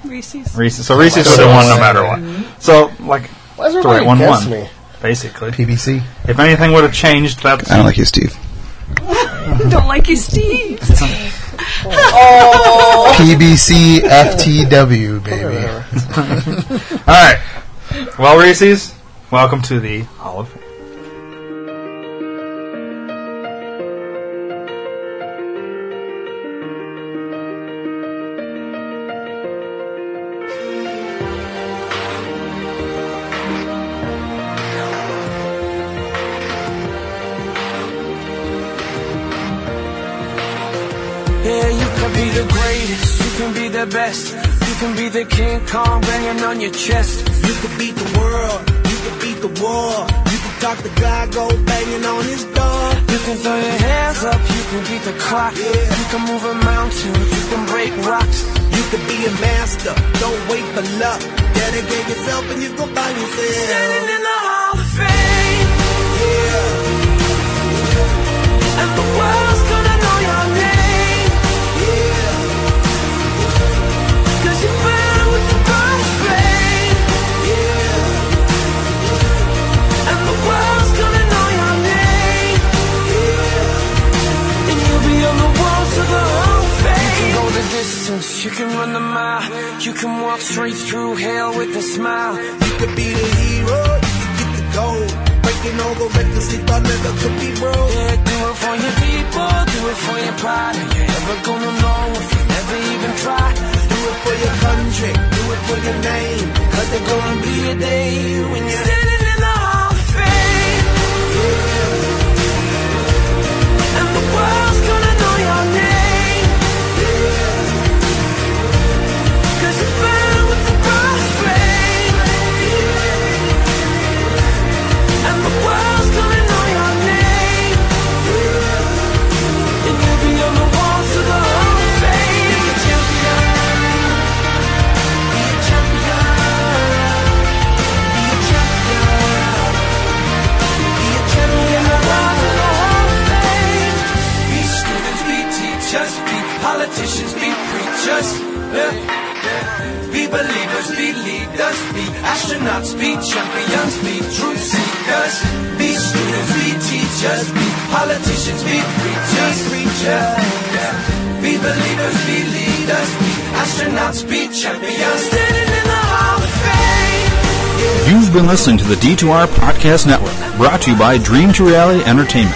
C: Reese's.
B: Reese's. So Reese's would have won no matter what. So like
G: Why is
B: the right
G: everybody
B: one
G: against
B: won.
G: me?
B: Basically,
E: PBC.
B: if anything would have changed, that's
D: I don't like you, Steve.
C: Don't like you, Steve.
E: PBC FTW baby.
B: all right. Well, Reese's, welcome to the Hall of Fame.
I: Yeah, you can be the greatest, you can be the best, you can be the King Kong banging on your chest.
J: You could beat the world, you could beat the war. You could talk to God, go banging on his door.
I: You can throw your hands up, you can beat the clock, you can move a mountain, you can break rocks.
J: You could be a master, don't wait for luck. Dedicate yourself and you go find
I: Standing
J: yourself.
I: in the Hall of Fame,
J: Yeah,
I: and the world's gonna know your name,
J: yeah,
I: 'cause you burn with the burning flame,
J: yeah,
I: and the world's gonna know your name.
J: yeah.
I: And you'll be on the walls of the whole You can go the distance, you can run the mile, you can walk straight through hell with a smile.
J: You could be the hero, you could get the gold. Breaking all the records they thought never could be broke.
I: Yeah, do it for your people, do it for your pride. And You're never gonna know if you never even try.
J: Do it for your country, do it for your name. Cause there's gonna be a day when you're
I: Standing in the Hall of Fame, and the world's gonna know your name. 'Cause you burn with the bright flame. astronauts, be champions, be truth seekers, be students, be teachers, be politicians, be preachers, preachers. Be believers, be leaders, be astronauts, be champions, standing in the hall of fame.
D: You've been listening to the D2R Podcast Network, brought to you by Dream to Reality Entertainment.